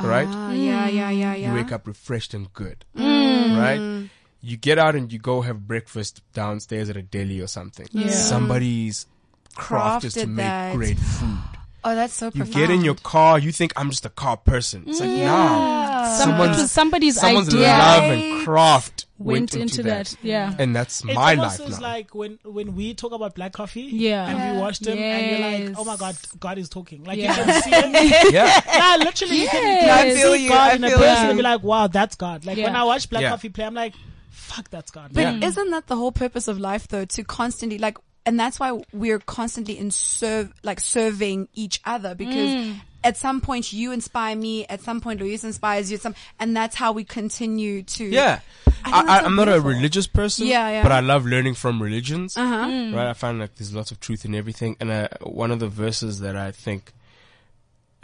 Speaker 6: Right?
Speaker 4: Ah, yeah, yeah, yeah, yeah. Mm.
Speaker 6: You wake up refreshed and good. Right? You get out and you go have breakfast downstairs at a deli or something. Somebody's craft is to
Speaker 4: Crafted
Speaker 6: make
Speaker 4: that.
Speaker 6: great food.
Speaker 4: Oh, that's so
Speaker 6: You
Speaker 4: profound.
Speaker 6: get in your car, you think I'm just a car person. It's like, nah.
Speaker 7: Some, it was
Speaker 6: Someone's,
Speaker 7: somebody's
Speaker 6: someone's
Speaker 7: idea
Speaker 6: love and craft
Speaker 7: went into that. Yeah.
Speaker 6: And that's
Speaker 5: It
Speaker 6: my
Speaker 5: almost
Speaker 6: life
Speaker 5: is
Speaker 6: now.
Speaker 5: like when when we talk about black coffee,
Speaker 7: Yeah.
Speaker 5: and we watch them, and you're
Speaker 7: Yes.
Speaker 5: like, oh my god, God is talking. Like
Speaker 7: Yeah.
Speaker 5: you can see him.
Speaker 6: yeah.
Speaker 5: yeah, literally, you can,
Speaker 7: Yeah, I
Speaker 5: you can
Speaker 4: feel
Speaker 5: see
Speaker 4: you,
Speaker 5: God
Speaker 4: I
Speaker 5: in a
Speaker 4: feel
Speaker 5: person
Speaker 7: you.
Speaker 5: and be like, wow, that's God. Like
Speaker 7: Yeah.
Speaker 5: when I watch black
Speaker 6: Yeah.
Speaker 5: coffee play, I'm like, fuck, that's God.
Speaker 4: But
Speaker 6: Yeah.
Speaker 4: isn't that the whole purpose of life though? To constantly like, and that's why we're constantly in serve, like serving each other because
Speaker 7: Mm.
Speaker 4: at some point you inspire me, at some point Luis inspires you, at some, and that's how we continue to.
Speaker 6: Yeah.
Speaker 4: I think
Speaker 6: I, I,
Speaker 4: that's so
Speaker 6: I'm not a
Speaker 4: beautiful.
Speaker 6: religious person,
Speaker 4: Yeah, yeah.
Speaker 6: but I love learning from religions.
Speaker 4: Uh-huh.
Speaker 7: Mm.
Speaker 6: Right? I find like there's lots of truth in everything. And uh, one of the verses that I think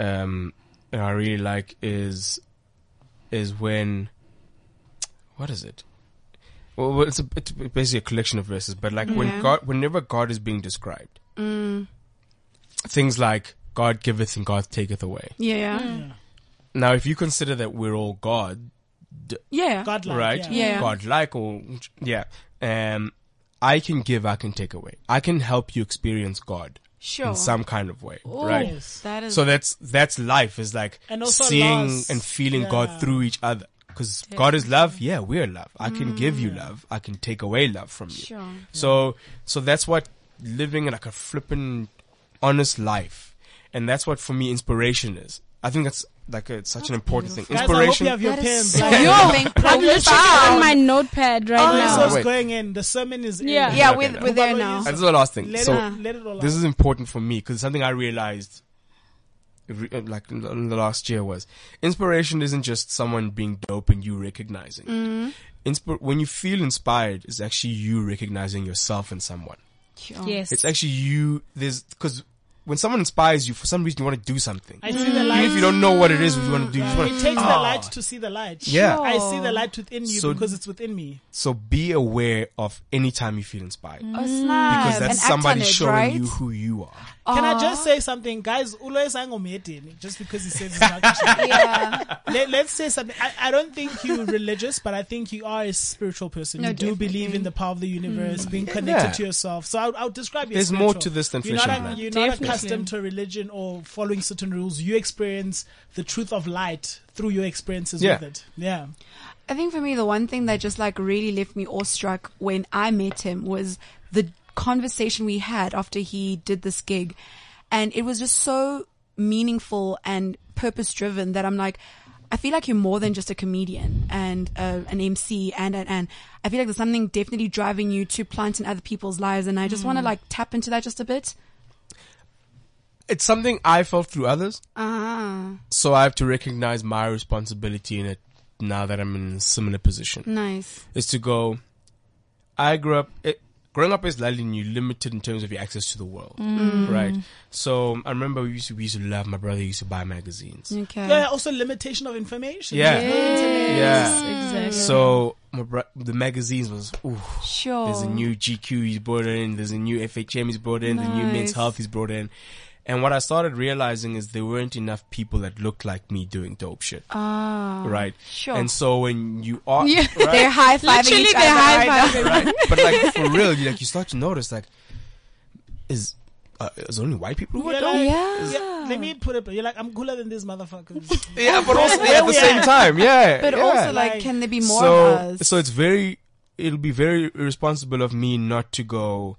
Speaker 6: um, that I really like is is when what is it? Well, well, it's, a, it's basically a collection of verses, but like when
Speaker 4: Yeah.
Speaker 6: God, whenever God is being described, things like God giveth and God taketh away.
Speaker 4: Yeah. Yeah.
Speaker 7: Mm.
Speaker 6: Now, if you consider that we're all God,
Speaker 4: Yeah.
Speaker 5: God, like,
Speaker 6: right?
Speaker 5: Yeah.
Speaker 4: Yeah.
Speaker 6: God like or yeah. Um, I can give, I can take away. I can help you experience God
Speaker 4: Sure.
Speaker 6: in some kind of way, right?
Speaker 4: that is.
Speaker 6: So that's that's life is like
Speaker 5: Oh, And also
Speaker 6: seeing
Speaker 5: loss.
Speaker 6: and feeling
Speaker 5: Yeah.
Speaker 6: God through each other. Because God is love, yeah, we're love. I can give
Speaker 5: Mm.
Speaker 6: you love, I can take away love from you.
Speaker 4: Sure.
Speaker 6: So so that's what living like a flippin' honest life, and that's what for me inspiration is. I think that's like a, such an important thing.
Speaker 5: Guys, I hope
Speaker 6: Inspiration.
Speaker 5: you have your
Speaker 4: That is
Speaker 5: pens.
Speaker 4: so
Speaker 5: Like,
Speaker 4: fucking
Speaker 7: I'm literally
Speaker 4: profound.
Speaker 7: on my notepad right
Speaker 5: the
Speaker 7: now.
Speaker 5: resource
Speaker 6: Wait.
Speaker 5: going in. The sermon is in.
Speaker 7: Yeah.
Speaker 4: Yeah,
Speaker 6: Okay,
Speaker 4: we're,
Speaker 6: now.
Speaker 4: we're there now.
Speaker 6: And this is the last thing.
Speaker 5: Let
Speaker 6: so
Speaker 5: it let it all out.
Speaker 6: this is important for me because it's something I realized, re- uh, like in the in the last year, was inspiration isn't just someone being dope and you recognizing. it. Inspir- when you feel inspired, it's actually you recognizing yourself in someone.
Speaker 4: Sure.
Speaker 7: Yes.
Speaker 6: It's actually you. There's because when someone inspires you, for some reason you want to do something.
Speaker 5: I see the
Speaker 6: Even
Speaker 5: light.
Speaker 6: if you don't know what it is, you want to do. You just want
Speaker 5: It takes the light to see the light.
Speaker 6: Yeah.
Speaker 5: I see
Speaker 4: Oh.
Speaker 5: the light within you
Speaker 6: So-
Speaker 5: because it's within me.
Speaker 6: So be aware of any time you feel inspired
Speaker 4: Oh, snap.
Speaker 6: because that's
Speaker 4: And act on
Speaker 6: somebody
Speaker 4: it,
Speaker 6: showing
Speaker 4: right?
Speaker 6: you who you are.
Speaker 5: Can I
Speaker 4: Aw.
Speaker 5: just say something, guys? Uloe Sangomedini, just because he says he's not
Speaker 4: Yeah.
Speaker 5: Let, let's say something. I, I don't think you're religious, but I think you are a spiritual person.
Speaker 4: No,
Speaker 5: you do
Speaker 4: definitely. Hmm.
Speaker 5: believe in the power of the universe, being connected
Speaker 6: Yeah.
Speaker 5: to yourself. So I'll, I'll describe you. as
Speaker 6: There's more
Speaker 5: spiritual.
Speaker 6: to this than
Speaker 5: you're
Speaker 6: flesh
Speaker 5: not,
Speaker 6: and
Speaker 5: a-
Speaker 6: blood.
Speaker 5: You're not
Speaker 7: Definitely.
Speaker 5: accustomed to a religion or following certain rules. You experience the truth of light through your experiences
Speaker 6: Yeah.
Speaker 5: with it. Yeah.
Speaker 4: I think for me, the one thing that just like really left me awestruck when I met him was the conversation we had after he did this gig. And it was just so meaningful and purpose driven that I'm like, I feel like you're more than just a comedian and uh, an MC and, and, and I feel like there's something definitely driving you to plant in other people's lives. And I just want to like tap into that just a bit.
Speaker 6: It's something I felt through others,
Speaker 4: Ah,
Speaker 6: so I have to recognize my responsibility in it now that I'm in a similar position.
Speaker 4: Mm. nice.
Speaker 6: is to go. I grew up. It, growing up as Lalin, you're limited in terms of your access to the world,
Speaker 4: Mm.
Speaker 6: right? So I remember we used to we used to love. My brother used to buy magazines.
Speaker 4: Okay.
Speaker 5: Yeah. Also, limitation of information.
Speaker 6: Yeah, yeah.
Speaker 4: Exactly.
Speaker 6: So my bro- the magazines was ooh.
Speaker 4: Sure.
Speaker 6: There's a new GQ he's brought in. There's a new FHM he's brought in. The new Men's
Speaker 4: Nice.
Speaker 6: Health he's brought in. And what I started realizing is there weren't enough people that looked like me doing dope shit,
Speaker 4: Ah,
Speaker 6: right?
Speaker 4: sure.
Speaker 6: And so when you are, right?
Speaker 4: They're high fiving
Speaker 7: Literally,
Speaker 4: each
Speaker 7: they're
Speaker 4: other. right now.
Speaker 7: high five.
Speaker 6: right? But like for real, you like you start to notice like is uh, is only white people who
Speaker 5: You're
Speaker 6: are
Speaker 5: like-
Speaker 6: dope?
Speaker 4: Yeah.
Speaker 5: Let me put it. You're like I'm cooler than these motherfuckers.
Speaker 6: Yeah, but also
Speaker 5: Yeah,
Speaker 6: at the
Speaker 5: yeah.
Speaker 6: same time, yeah.
Speaker 4: But
Speaker 6: yeah.
Speaker 4: also,
Speaker 5: Like-
Speaker 4: like, can there be more
Speaker 6: so
Speaker 4: of us?
Speaker 6: so it's very it'll be very irresponsible of me not to go.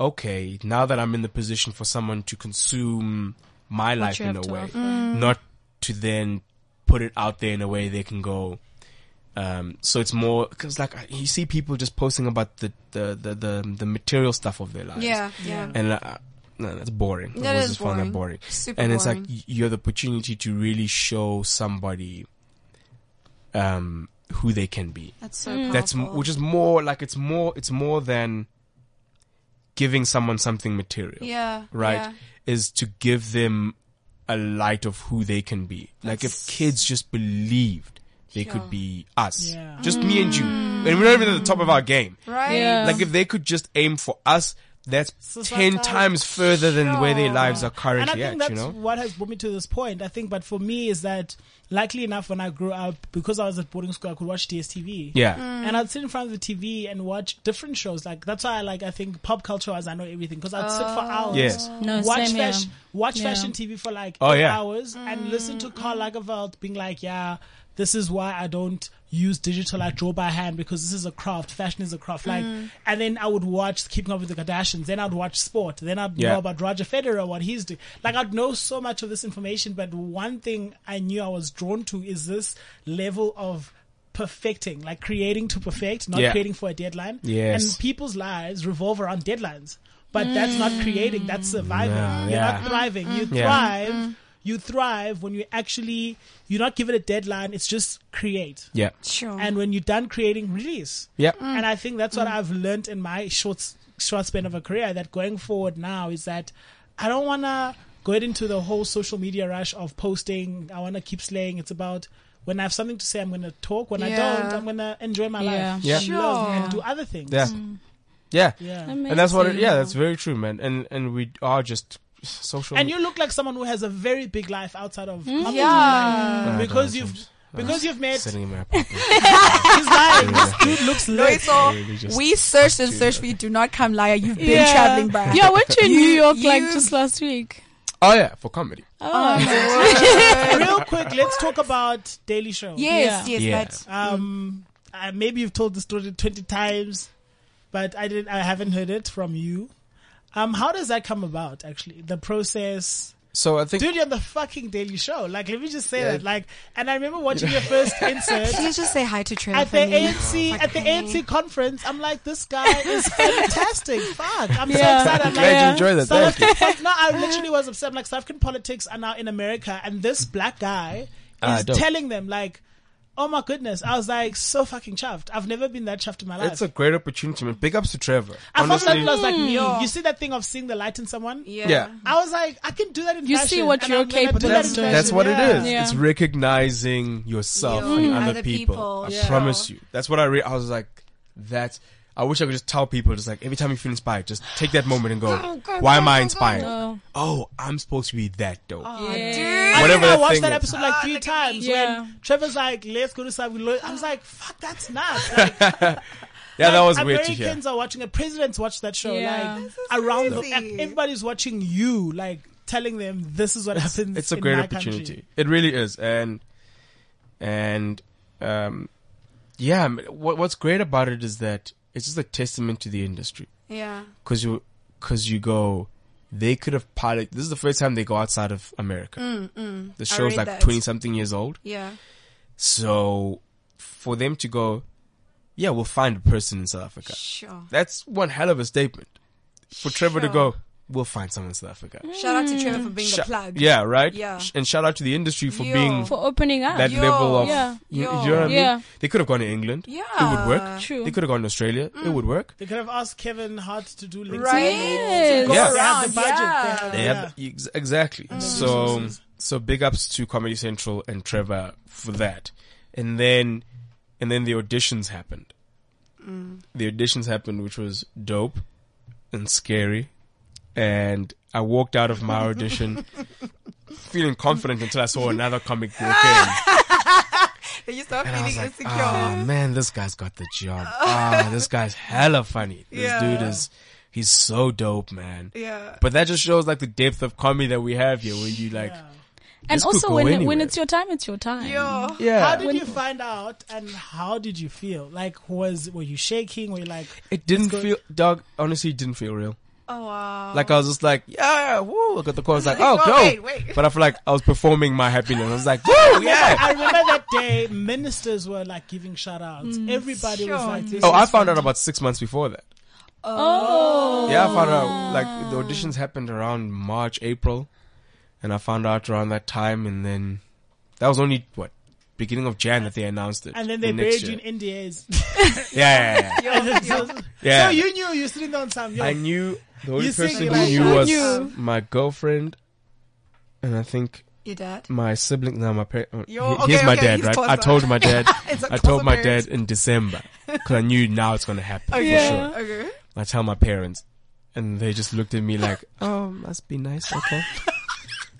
Speaker 6: Okay, now that I'm in the position for someone to consume my life
Speaker 7: you
Speaker 6: in a
Speaker 7: have to
Speaker 6: way,
Speaker 7: offer. Mm-hmm.
Speaker 6: not to then put it out there in a way they can go. Um, so it's more because like I- you see people just posting about the the the the, the material stuff of their lives.
Speaker 4: yeah, yeah.
Speaker 6: and uh, no, that's boring.
Speaker 4: That
Speaker 6: I
Speaker 4: is
Speaker 6: just found that
Speaker 4: boring.
Speaker 6: boring.
Speaker 4: Super
Speaker 6: and it's
Speaker 4: boring.
Speaker 6: like y- you have the opportunity to really show somebody um, who they can be.
Speaker 4: That's so
Speaker 6: mm. That's m- which is more like it's more it's more than giving someone something material.
Speaker 4: yeah,
Speaker 6: Right?
Speaker 4: yeah.
Speaker 6: Is to give them a light of who they can be. Like if kids just believed they could
Speaker 4: Sure. Mm.
Speaker 6: be us.
Speaker 5: Yeah.
Speaker 6: Just me and you. And we're not even at the top of our game.
Speaker 4: right.
Speaker 7: Yeah.
Speaker 6: Like if they could just aim for us, that's ten
Speaker 5: sometimes-
Speaker 6: times further than where their lives are
Speaker 5: uh, and I
Speaker 6: currently
Speaker 5: think
Speaker 6: at.
Speaker 5: that's
Speaker 6: You know,
Speaker 5: what has brought me to this point. I think, but for me, is that luckily enough, when I grew up, because I was at boarding school, I could watch DSTV.
Speaker 6: yeah,
Speaker 5: And I'd sit in front of the TV and watch different shows. Like that's why I like I think pop culture as I know everything because I'd sit for
Speaker 4: Oh.
Speaker 5: hours.
Speaker 6: Yes.
Speaker 7: No,
Speaker 5: watch
Speaker 7: same here.
Speaker 5: fashion, watch
Speaker 7: Yeah. Mm.
Speaker 5: fashion TV for like
Speaker 6: Oh,
Speaker 5: eight
Speaker 6: yeah.
Speaker 5: hours and listen to Karl Lagerfeld being like, yeah, this is why I don't use digital. I draw by hand because this is a craft. Fashion is a craft. Like,
Speaker 7: Mm.
Speaker 5: and then I would watch Keeping Up with the Kardashians. Then I'd watch sport. Then I'd
Speaker 6: Yeah.
Speaker 5: know about Roger Federer, what he's doing. Like I'd know so much of this information, but one thing I knew I was drawn to is this level of perfecting, like creating to perfect, not
Speaker 6: Yeah.
Speaker 5: creating for a deadline.
Speaker 6: Yes.
Speaker 5: And people's lives revolve around deadlines. But that's not creating, that's surviving.
Speaker 6: No,
Speaker 5: You're
Speaker 6: yeah.
Speaker 5: not thriving. You
Speaker 6: Yeah.
Speaker 5: thrive.
Speaker 4: Mm-hmm.
Speaker 5: You thrive when you actually you're not given a deadline, it's just create.
Speaker 6: yeah,
Speaker 4: Sure. Mm-hmm.
Speaker 5: And when you're done creating, release.
Speaker 6: yeah.
Speaker 5: And I think that's what I've learned in my short short span of a career that going forward now is that I don't want to go into the whole social media rush of posting. I want to keep slaying. It's about when I have something to say, I'm going to talk. When I
Speaker 4: Yeah.
Speaker 5: don't, I'm going to enjoy my
Speaker 7: Yeah.
Speaker 5: life.
Speaker 6: Yeah.
Speaker 5: and love
Speaker 4: Sure.
Speaker 5: And do other things.
Speaker 6: Yeah. Yeah.
Speaker 5: Yeah.
Speaker 6: and that's what. It, yeah, that's very true, man. And and we are just social.
Speaker 5: And you look like someone who has a very big life outside of comedy.
Speaker 4: Yeah.
Speaker 5: Like,
Speaker 6: Ah,
Speaker 5: because
Speaker 6: damn,
Speaker 5: you've
Speaker 6: James.
Speaker 5: because you've made
Speaker 6: sitting in my pocket.
Speaker 5: his life. This dude looks
Speaker 4: No,
Speaker 5: lit.
Speaker 4: it's all-
Speaker 6: Really just-
Speaker 4: we searched and searched. We do not come liar. You've been
Speaker 7: Yeah.
Speaker 4: traveling by.
Speaker 7: Yeah, weren't you in New York like
Speaker 4: you-
Speaker 7: just last week? Oh,
Speaker 6: oh yeah, for comedy.
Speaker 5: Real quick, let's talk about Daily Show.
Speaker 4: Yes,
Speaker 7: Yeah.
Speaker 4: yes,
Speaker 6: Yeah.
Speaker 4: that.
Speaker 5: Um, uh, maybe you've told the story twenty times, but I didn't. I haven't heard it from you. Um, how does that come about? Actually, the process.
Speaker 6: So I think.
Speaker 5: Dude, you're on the fucking Daily Show. Like, let me just say
Speaker 6: Yeah.
Speaker 5: that. Like, and I remember watching your first insert.
Speaker 4: Please just say hi to Trey.
Speaker 5: at
Speaker 4: for
Speaker 5: the
Speaker 4: me.
Speaker 7: Oh,
Speaker 5: ANC at the ANC conference. I'm like, this guy is fantastic. Fuck, I'm so excited. I'm
Speaker 6: Glad you
Speaker 5: like,
Speaker 6: enjoyed that.
Speaker 5: South
Speaker 6: Thank you.
Speaker 5: African, no, I literally was upset. I'm like, South African politics are now in America, and this black guy is
Speaker 6: Ah, dope.
Speaker 5: telling them like. Oh my goodness! I was like so fucking chuffed. I've never been that chuffed in my life.
Speaker 6: It's a great opportunity, man. Big ups to Trevor.
Speaker 5: I felt like
Speaker 6: Honestly,
Speaker 5: it was
Speaker 7: Hmm.
Speaker 5: like me.
Speaker 4: Yeah.
Speaker 5: You see that thing of seeing the light in someone?
Speaker 4: Yeah.
Speaker 6: yeah.
Speaker 5: I was like, I can do that in
Speaker 7: You
Speaker 5: fashion.
Speaker 7: see what
Speaker 5: and
Speaker 7: you're
Speaker 5: I'm gonna
Speaker 7: capable
Speaker 5: do that
Speaker 7: of
Speaker 5: in
Speaker 7: doing.
Speaker 6: That's
Speaker 5: fashion.
Speaker 6: what it
Speaker 5: Yeah.
Speaker 6: is.
Speaker 7: Yeah.
Speaker 6: It's recognizing yourself
Speaker 4: Yeah.
Speaker 6: and
Speaker 4: Mm.
Speaker 6: other,
Speaker 4: Other
Speaker 6: people.
Speaker 4: people,
Speaker 6: I
Speaker 4: yeah.
Speaker 6: promise you. That's what I re- I was like, that's I wish I could just tell people, just like every time you feel inspired, just take that moment and go, why am I inspired?
Speaker 7: No. Oh.
Speaker 6: Oh, I'm supposed to be that dope.
Speaker 5: I
Speaker 6: Whatever
Speaker 5: think I
Speaker 6: that
Speaker 5: watched
Speaker 6: thing
Speaker 5: that
Speaker 6: is.
Speaker 5: episode like three times.
Speaker 7: Yeah.
Speaker 5: When Trevor's like, "Let's go to South," Lo-" I was like, "Fuck, that's nuts." Like,
Speaker 6: yeah, that
Speaker 5: Like,
Speaker 6: was weird to hear.
Speaker 5: Americans are watching it. Presidents watch that show.
Speaker 7: Yeah.
Speaker 5: Like
Speaker 7: This
Speaker 5: around, the,
Speaker 4: crazy.
Speaker 5: and everybody's watching you. Like telling them this is what happens.
Speaker 6: It's a
Speaker 5: in
Speaker 6: great
Speaker 5: my
Speaker 6: opportunity.
Speaker 5: country.
Speaker 6: It really is, and and um, yeah. m- What, what's great about it is that it's just a testament to the industry.
Speaker 4: Yeah.
Speaker 6: because you because you go they could have pilot this is the first time they go outside of america the show's
Speaker 4: Mm, read
Speaker 6: like
Speaker 4: that.
Speaker 6: 20 something years old
Speaker 4: Yeah.
Speaker 6: so for them to go yeah we'll find a person in south africa
Speaker 4: Sure.
Speaker 6: that's one hell of a statement for trevor to
Speaker 4: Sure.
Speaker 6: go we'll find someone in south africa
Speaker 4: Shout out to Trevor for being the
Speaker 6: Sh-
Speaker 4: plug.
Speaker 6: yeah right
Speaker 4: Yeah.
Speaker 6: Sh- and shout out to the industry for
Speaker 4: Yo.
Speaker 6: being
Speaker 7: For opening up.
Speaker 6: that
Speaker 4: Yo.
Speaker 6: level of
Speaker 7: Yeah.
Speaker 6: you, you know
Speaker 4: Yo.
Speaker 6: what i mean
Speaker 7: Yeah.
Speaker 6: they could have gone to england it
Speaker 4: Yeah. Mm.
Speaker 6: would work
Speaker 7: True.
Speaker 6: they could have gone to australia it would work
Speaker 5: They could have asked Kevin Hart to do LinkedIn.
Speaker 4: Right?
Speaker 7: yes.
Speaker 5: They
Speaker 6: Yeah.
Speaker 5: have the budget.
Speaker 4: Yeah. Mm.
Speaker 5: They have,
Speaker 6: They have ex- exactly. So so big ups to Comedy Central and Trevor for that. And then and then the auditions happened.
Speaker 4: Mm.
Speaker 6: The auditions happened, which was dope and scary. And I walked out of my audition feeling confident until I saw another comic walk in.
Speaker 4: You start
Speaker 6: And I was
Speaker 4: feeling
Speaker 6: like,
Speaker 4: insecure.
Speaker 6: oh man, this guy's got the job. Ah, this guy's hella funny. This
Speaker 4: Yeah.
Speaker 6: dude is, he's so dope, man.
Speaker 4: Yeah.
Speaker 6: But that just shows like the depth of comedy that we have here where you like,
Speaker 7: And
Speaker 6: This could
Speaker 7: also
Speaker 6: go
Speaker 7: when when
Speaker 6: anywhere.
Speaker 7: it's your time, it's your time.
Speaker 4: Yo.
Speaker 6: yeah.
Speaker 5: How did you find out, and how did you feel? Like, was were you shaking? Were you like,
Speaker 6: It
Speaker 5: Let's
Speaker 6: didn't
Speaker 5: go-
Speaker 6: feel, dog, honestly, it didn't feel real.
Speaker 4: Oh wow.
Speaker 6: Like I was just like, yeah, yeah, woo, I got the call. I was like, oh,
Speaker 4: Whoa,
Speaker 6: go.
Speaker 4: wait, wait.
Speaker 6: But I feel like I was performing my happiness. I was like, woo,
Speaker 5: I
Speaker 6: yeah.
Speaker 5: remember that day ministers were like giving shout outs. Everybody was
Speaker 4: Sure.
Speaker 5: like, this
Speaker 6: Oh, I
Speaker 5: is
Speaker 6: found out about six months before that.
Speaker 7: Oh.
Speaker 6: Yeah, I found out like the auditions happened around March, April, and I found out around that time, and then that was only what beginning of Jan that they announced it.
Speaker 5: And then they
Speaker 6: the next
Speaker 5: buried you
Speaker 6: year.
Speaker 5: in NDAs.
Speaker 6: Yeah, yeah, yeah.
Speaker 5: And so,
Speaker 6: yeah.
Speaker 5: so you knew you were sitting down some. Yo,
Speaker 6: I knew the only
Speaker 5: You sing
Speaker 6: person who
Speaker 5: like
Speaker 6: knew
Speaker 5: that.
Speaker 6: was
Speaker 7: You.
Speaker 6: my girlfriend, and I think
Speaker 4: Your dad.
Speaker 6: my sibling. No, my parent.
Speaker 4: Yo,
Speaker 6: he- here's
Speaker 4: okay,
Speaker 6: my
Speaker 4: okay,
Speaker 6: dad,
Speaker 4: he's
Speaker 6: right? I
Speaker 4: closer.
Speaker 6: told my dad.
Speaker 4: It's a
Speaker 6: I told
Speaker 4: closer
Speaker 6: my
Speaker 4: parent.
Speaker 6: dad in December because I knew now it's gonna happen
Speaker 4: Okay.
Speaker 6: for sure.
Speaker 4: Okay.
Speaker 6: I tell my parents, and they just looked at me like, "Oh, must be nice, okay."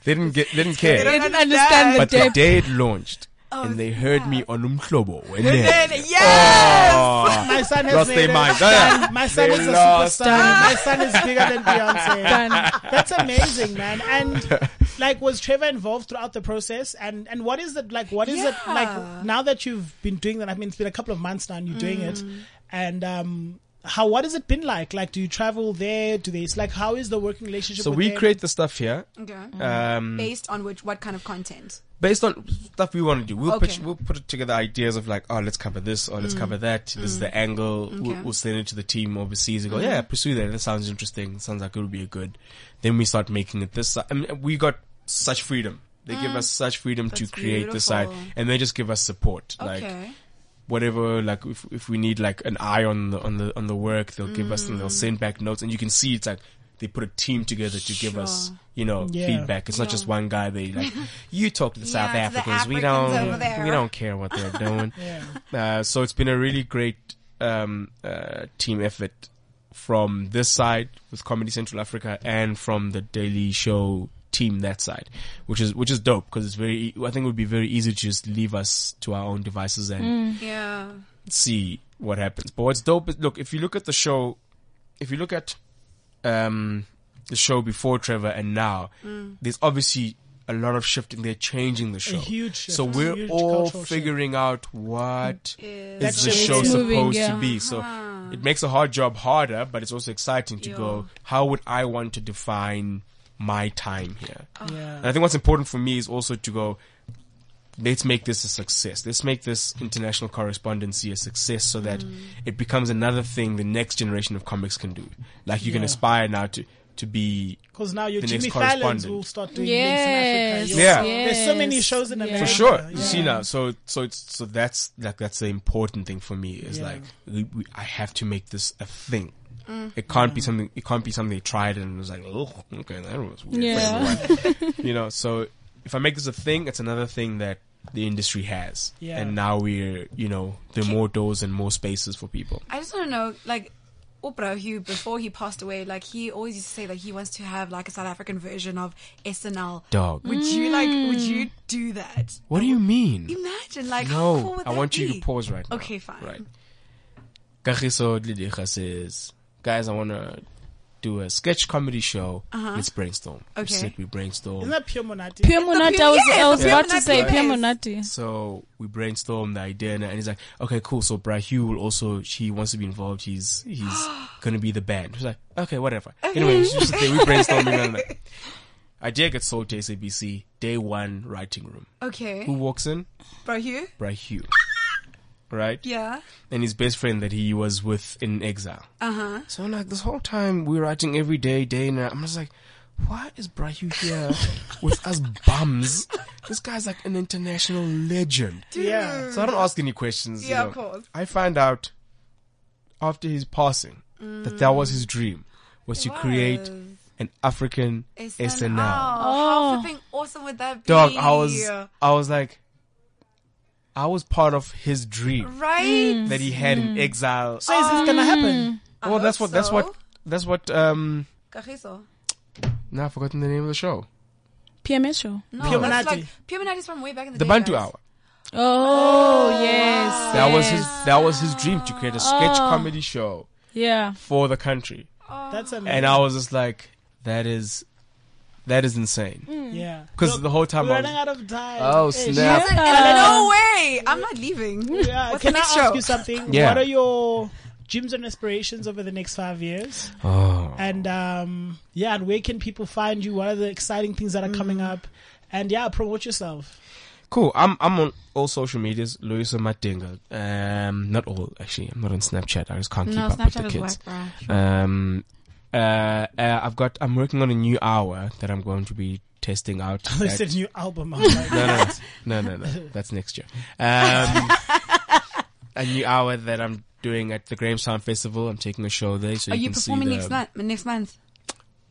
Speaker 6: they didn't get, they didn't care.
Speaker 4: don't
Speaker 7: I didn't understand the
Speaker 6: but the
Speaker 7: depth.
Speaker 6: day it launched,
Speaker 5: Oh,
Speaker 6: and they heard me on Umhlobo, and then,
Speaker 4: Yes.
Speaker 6: oh,
Speaker 5: my son has
Speaker 6: lost
Speaker 5: made
Speaker 6: their
Speaker 5: it.
Speaker 6: minds. Ah,
Speaker 5: My son
Speaker 6: They
Speaker 5: is a
Speaker 6: lost.
Speaker 5: superstar. My son is bigger than Beyonce. That's amazing, man. And like, was Trevor involved throughout the process? And and what is it like? What is it
Speaker 4: Yeah.
Speaker 5: like now that you've been doing that? I mean, it's been a couple of months now, and you're doing it. And um, how what has it been like? Like, do you travel there? Do they? It's like, how is the working relationship?
Speaker 6: So
Speaker 5: with
Speaker 6: we
Speaker 5: them?
Speaker 6: create the stuff here,
Speaker 4: Okay.
Speaker 5: Mm-hmm.
Speaker 6: um,
Speaker 4: Based on which, what kind of content?
Speaker 6: based on stuff we want to do. We'll
Speaker 4: Okay. Mm.
Speaker 6: put, we'll put together ideas of like, oh, let's cover this, or let's cover that. This is the angle. We'll, we'll send it to the team overseas
Speaker 4: Mm.
Speaker 6: and go, yeah, pursue that. That sounds interesting. Sounds like it would be a good. Then we start making it this. si- I mean, we got such freedom. They give us such freedom to
Speaker 4: Mm. That's
Speaker 6: create the side,
Speaker 4: beautiful.
Speaker 6: and they just give us support. Like
Speaker 4: Okay.
Speaker 6: whatever, like if if we need like an eye on the on the on the work, they'll give us
Speaker 4: Mm.
Speaker 6: and they'll send back notes, and you can see it's like they put a team together to give us.
Speaker 4: Sure.
Speaker 6: You know,
Speaker 5: Yeah.
Speaker 6: feedback. It's not just one guy. They like, you talk to the South
Speaker 4: Yeah, to the
Speaker 6: Africans. we
Speaker 4: Africans over
Speaker 6: don't.
Speaker 4: there."
Speaker 6: We don't care what they're doing. uh, so it's been a really great um, uh, team effort from this side with Comedy Central Africa and from the Daily Show team that side, which is which is dope because it's very. e- I think it would be very easy to just leave us to our own devices and
Speaker 4: Mm. Yeah.
Speaker 6: see what happens. But what's dope is look, if you look at the show, if you look at um, the show before Trevor and now,
Speaker 5: Mm.
Speaker 6: there's obviously a lot of shifting. They're changing the show.
Speaker 5: huge shift.
Speaker 6: So we're
Speaker 5: Huge
Speaker 6: all
Speaker 5: cultural shift.
Speaker 6: figuring out what is
Speaker 5: That
Speaker 6: the
Speaker 5: shift
Speaker 6: show
Speaker 5: is
Speaker 7: moving,
Speaker 6: supposed
Speaker 7: yeah.
Speaker 6: to be. So
Speaker 5: Ah.
Speaker 6: it makes a hard job harder, but it's also exciting to go. How would I want to define my time here?
Speaker 5: Yeah.
Speaker 6: And I think what's important for me is also to go, let's make this a success. Let's make this international correspondency a success so that it becomes another thing the next generation of comics can do. Like you can
Speaker 5: Yeah.
Speaker 6: aspire now to, to be,
Speaker 5: Because now your
Speaker 6: the
Speaker 5: Jimmy
Speaker 6: next
Speaker 5: Fallon's
Speaker 6: correspondent.
Speaker 5: will start doing
Speaker 7: Yes.
Speaker 5: links in Africa. You'll-
Speaker 7: Yeah.
Speaker 5: There's so many
Speaker 7: Yes.
Speaker 5: shows in
Speaker 7: For
Speaker 5: America.
Speaker 6: for sure, you
Speaker 5: Yeah.
Speaker 6: see now. So, so it's, so that's, like, that's the important thing for me is
Speaker 5: Yeah.
Speaker 6: like, we, we, I have to make this a thing. It can't be something, it can't be something they tried and it was like, oh, okay, that was weird.
Speaker 7: Yeah.
Speaker 6: you know, so if I make this a thing, it's another thing that the industry has.
Speaker 5: Yeah.
Speaker 6: And now we're, you know, there are more doors and more spaces for people.
Speaker 4: I just want to know, like, Oprah Hugh, before he passed away, like, he always used to say that he wants to have, like, a South African version of SNL.
Speaker 6: Dog.
Speaker 4: Would you, like, would you do that?
Speaker 6: What do you mean?
Speaker 4: Imagine, like, how cool
Speaker 6: No,
Speaker 4: would
Speaker 6: I
Speaker 4: that
Speaker 6: want you
Speaker 4: be?
Speaker 6: to pause right now.
Speaker 4: Okay, fine.
Speaker 6: Right. Kagiso Dlidiga says, guys, I want to do a sketch comedy show. Let's brainstorm. We
Speaker 4: Okay.
Speaker 6: sit, we brainstorm.
Speaker 5: Isn't that pure monati?
Speaker 7: Pure Monate, I was,
Speaker 4: yes,
Speaker 7: I was
Speaker 4: the
Speaker 7: about to
Speaker 4: Pure
Speaker 7: say
Speaker 4: Monate,
Speaker 7: Pure
Speaker 4: yes.
Speaker 7: Monate.
Speaker 6: So we brainstormed the idea, and, and he's like, "Okay, cool." So Brahu will also he wants to be involved. He's he's gonna be the band. He's like, "Okay, whatever." Anyway, it's just the thing, we brainstorming. and that. Idea gets sold to SABC day one writing room. Who
Speaker 4: Okay.
Speaker 6: walks in?
Speaker 4: Bro, Hugh?
Speaker 6: Brahu, right?
Speaker 4: Yeah.
Speaker 6: And his best friend that he was with in exile.
Speaker 4: Uh huh.
Speaker 6: So I'm like, this whole time we were writing every day, day and night. I'm just like, why is Brahu here with us bums? This guy's like an international legend.
Speaker 5: Yeah.
Speaker 6: So I don't ask any questions. you
Speaker 4: Yeah,
Speaker 6: know.
Speaker 4: of course.
Speaker 6: I find out after his passing that that was his dream was to create
Speaker 4: Oh,
Speaker 6: an African SNL.
Speaker 4: How flipping awesome would that be?
Speaker 6: Dog, I was I was like, I was part of his dream
Speaker 4: Right?
Speaker 6: that he had in exile.
Speaker 5: So is this gonna happen?
Speaker 6: oh, that's
Speaker 4: hope
Speaker 6: what that's
Speaker 4: so.
Speaker 6: what that's what um.
Speaker 4: Kagiso.
Speaker 6: Now I've forgotten the name of the show.
Speaker 7: PMS show.
Speaker 4: No,
Speaker 5: Pure
Speaker 4: that's
Speaker 5: Monate.
Speaker 4: like, Pure Monate is from way back in the,
Speaker 6: The
Speaker 4: day.
Speaker 6: Bantu
Speaker 4: guys.
Speaker 6: Hour.
Speaker 7: Oh, yes.
Speaker 6: That was his.
Speaker 7: yes.
Speaker 6: That was his dream to create a sketch
Speaker 7: Oh.
Speaker 6: comedy show
Speaker 7: Yeah.
Speaker 6: for the country.
Speaker 5: That's amazing.
Speaker 6: And I was just like, that is, that is insane.
Speaker 4: Mm.
Speaker 5: yeah.
Speaker 6: Because the whole time
Speaker 5: We're
Speaker 6: I
Speaker 5: running out
Speaker 6: was,
Speaker 5: of time.
Speaker 6: oh
Speaker 5: Ish.
Speaker 6: snap!
Speaker 7: Uh,
Speaker 4: um, No way! I'm not leaving.
Speaker 5: Yeah.
Speaker 4: What's
Speaker 5: Can
Speaker 4: the
Speaker 5: I
Speaker 4: next
Speaker 5: ask
Speaker 4: show?
Speaker 5: you something?
Speaker 6: Yeah.
Speaker 5: What are your dreams and aspirations over the next five years?
Speaker 6: Oh,
Speaker 5: And um, yeah, and where can people find you? What are the exciting things that are coming
Speaker 4: Mm.
Speaker 5: up? And yeah, promote yourself.
Speaker 6: cool. I'm I'm on all social medias, Luisa Matinga. Um, not all actually. I'm not on Snapchat. I just can't keep
Speaker 4: No,
Speaker 6: up
Speaker 4: Snapchat
Speaker 6: with
Speaker 4: is
Speaker 6: the kids.
Speaker 4: whack, bro.
Speaker 6: Um, uh, uh, I've got. I'm working on a new hour that I'm going to be testing out.
Speaker 5: They
Speaker 6: at-
Speaker 5: said new album. I'm like,
Speaker 6: no, no, no, no, no. That's next year. Um, a new hour that I'm doing at the Grahamstown Festival. I'm taking a show there, so
Speaker 4: Are
Speaker 6: you,
Speaker 4: you
Speaker 6: can
Speaker 4: performing
Speaker 6: see
Speaker 4: next
Speaker 6: the,
Speaker 4: month? Next month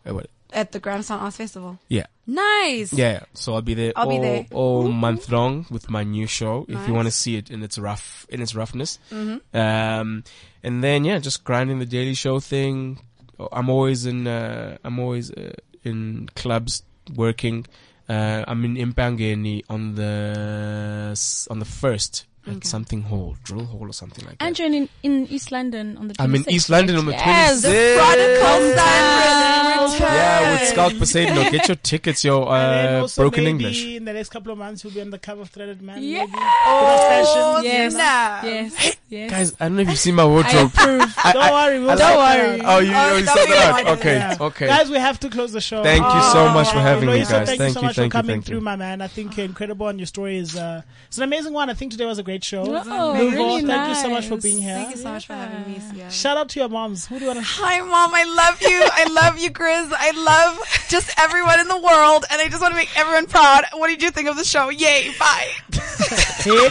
Speaker 6: uh, what-
Speaker 4: at the Grahamstown Arts Festival.
Speaker 6: Yeah,
Speaker 4: Nice.
Speaker 6: yeah, yeah. So I'll be there
Speaker 4: I'll
Speaker 6: all,
Speaker 4: be there. Mm-hmm.
Speaker 6: all month long with my new show. If
Speaker 4: Nice. Mm-hmm.
Speaker 6: you want to see it in its rough in its roughness, um, and then yeah, just grinding the daily show thing. Oh, I'm always in. Uh, I'm always uh, in clubs working. Uh, I'm in Impangeni on the s- on the first at something hall, drill hall or something like that.
Speaker 7: And you're in, in East London on the 26th.
Speaker 6: I'm in East London on the
Speaker 7: Yes, the
Speaker 6: 26th.
Speaker 4: Prodigal son
Speaker 7: Wow.
Speaker 4: returns.
Speaker 6: Yeah, with Scout Poseidon. Get your tickets, yo.
Speaker 5: and then
Speaker 6: Uh,
Speaker 5: also
Speaker 6: broken
Speaker 5: maybe
Speaker 6: English.
Speaker 5: in the next couple of months, you'll be on the cover of Threaded Man.
Speaker 7: Yeah.
Speaker 5: Maybe. Oh,
Speaker 7: Yes.
Speaker 4: snap.
Speaker 7: Yes. Yes.
Speaker 6: Guys, I don't know if you've seen my
Speaker 7: I
Speaker 6: wardrobe.
Speaker 7: approve.
Speaker 6: I-
Speaker 5: Don't
Speaker 6: I-
Speaker 5: worry. We'll
Speaker 6: I
Speaker 5: sort
Speaker 6: like-
Speaker 5: it out.
Speaker 6: Oh, you,
Speaker 4: Oh,
Speaker 6: oh, you
Speaker 4: that
Speaker 6: said
Speaker 4: was
Speaker 6: that.
Speaker 4: good.
Speaker 6: out. Okay,
Speaker 5: Yeah.
Speaker 6: okay.
Speaker 5: Guys, we have to close the show.
Speaker 6: Thank you so much for having me,
Speaker 5: Loisa,
Speaker 6: guys.
Speaker 5: Uh, Thank, you
Speaker 6: Thank
Speaker 5: so
Speaker 6: you,
Speaker 5: much
Speaker 6: thank
Speaker 5: for
Speaker 6: you,
Speaker 5: coming
Speaker 6: thank you.
Speaker 5: through, my man. I think you're incredible, and your story is uh, it's an amazing one. I think today was a great show.
Speaker 7: Wow,
Speaker 5: Nouveau,
Speaker 7: Oh, really
Speaker 5: thank
Speaker 7: nice.
Speaker 5: you so much for being here.
Speaker 4: Thank you so much for having me. Sia.
Speaker 5: Shout out to your moms. Who do you want to?
Speaker 4: Hi, mom. I love you. I love you, Grizz. I love just everyone in the world, and I just want to make everyone proud. What did you think of the show? Yay! Bye.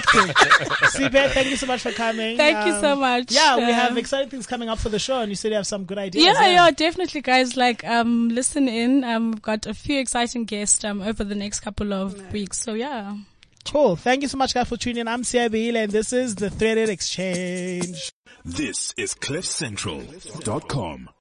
Speaker 5: Sibe, thank you so much for coming.
Speaker 7: Thank you
Speaker 5: Um,
Speaker 7: so much.
Speaker 5: Yeah, we
Speaker 7: Um,
Speaker 5: have exciting things coming up for the show, and you said you have some good ideas.
Speaker 7: Yeah, yeah, definitely, guys. Like, um, listen in. Um, we've got a few exciting guests um over the next couple of weeks. So yeah.
Speaker 5: Cool. Thank you so much, guys, for tuning in. I'm Sia Beale, and this is the Threaded Exchange.
Speaker 1: This is CliffCentral.com.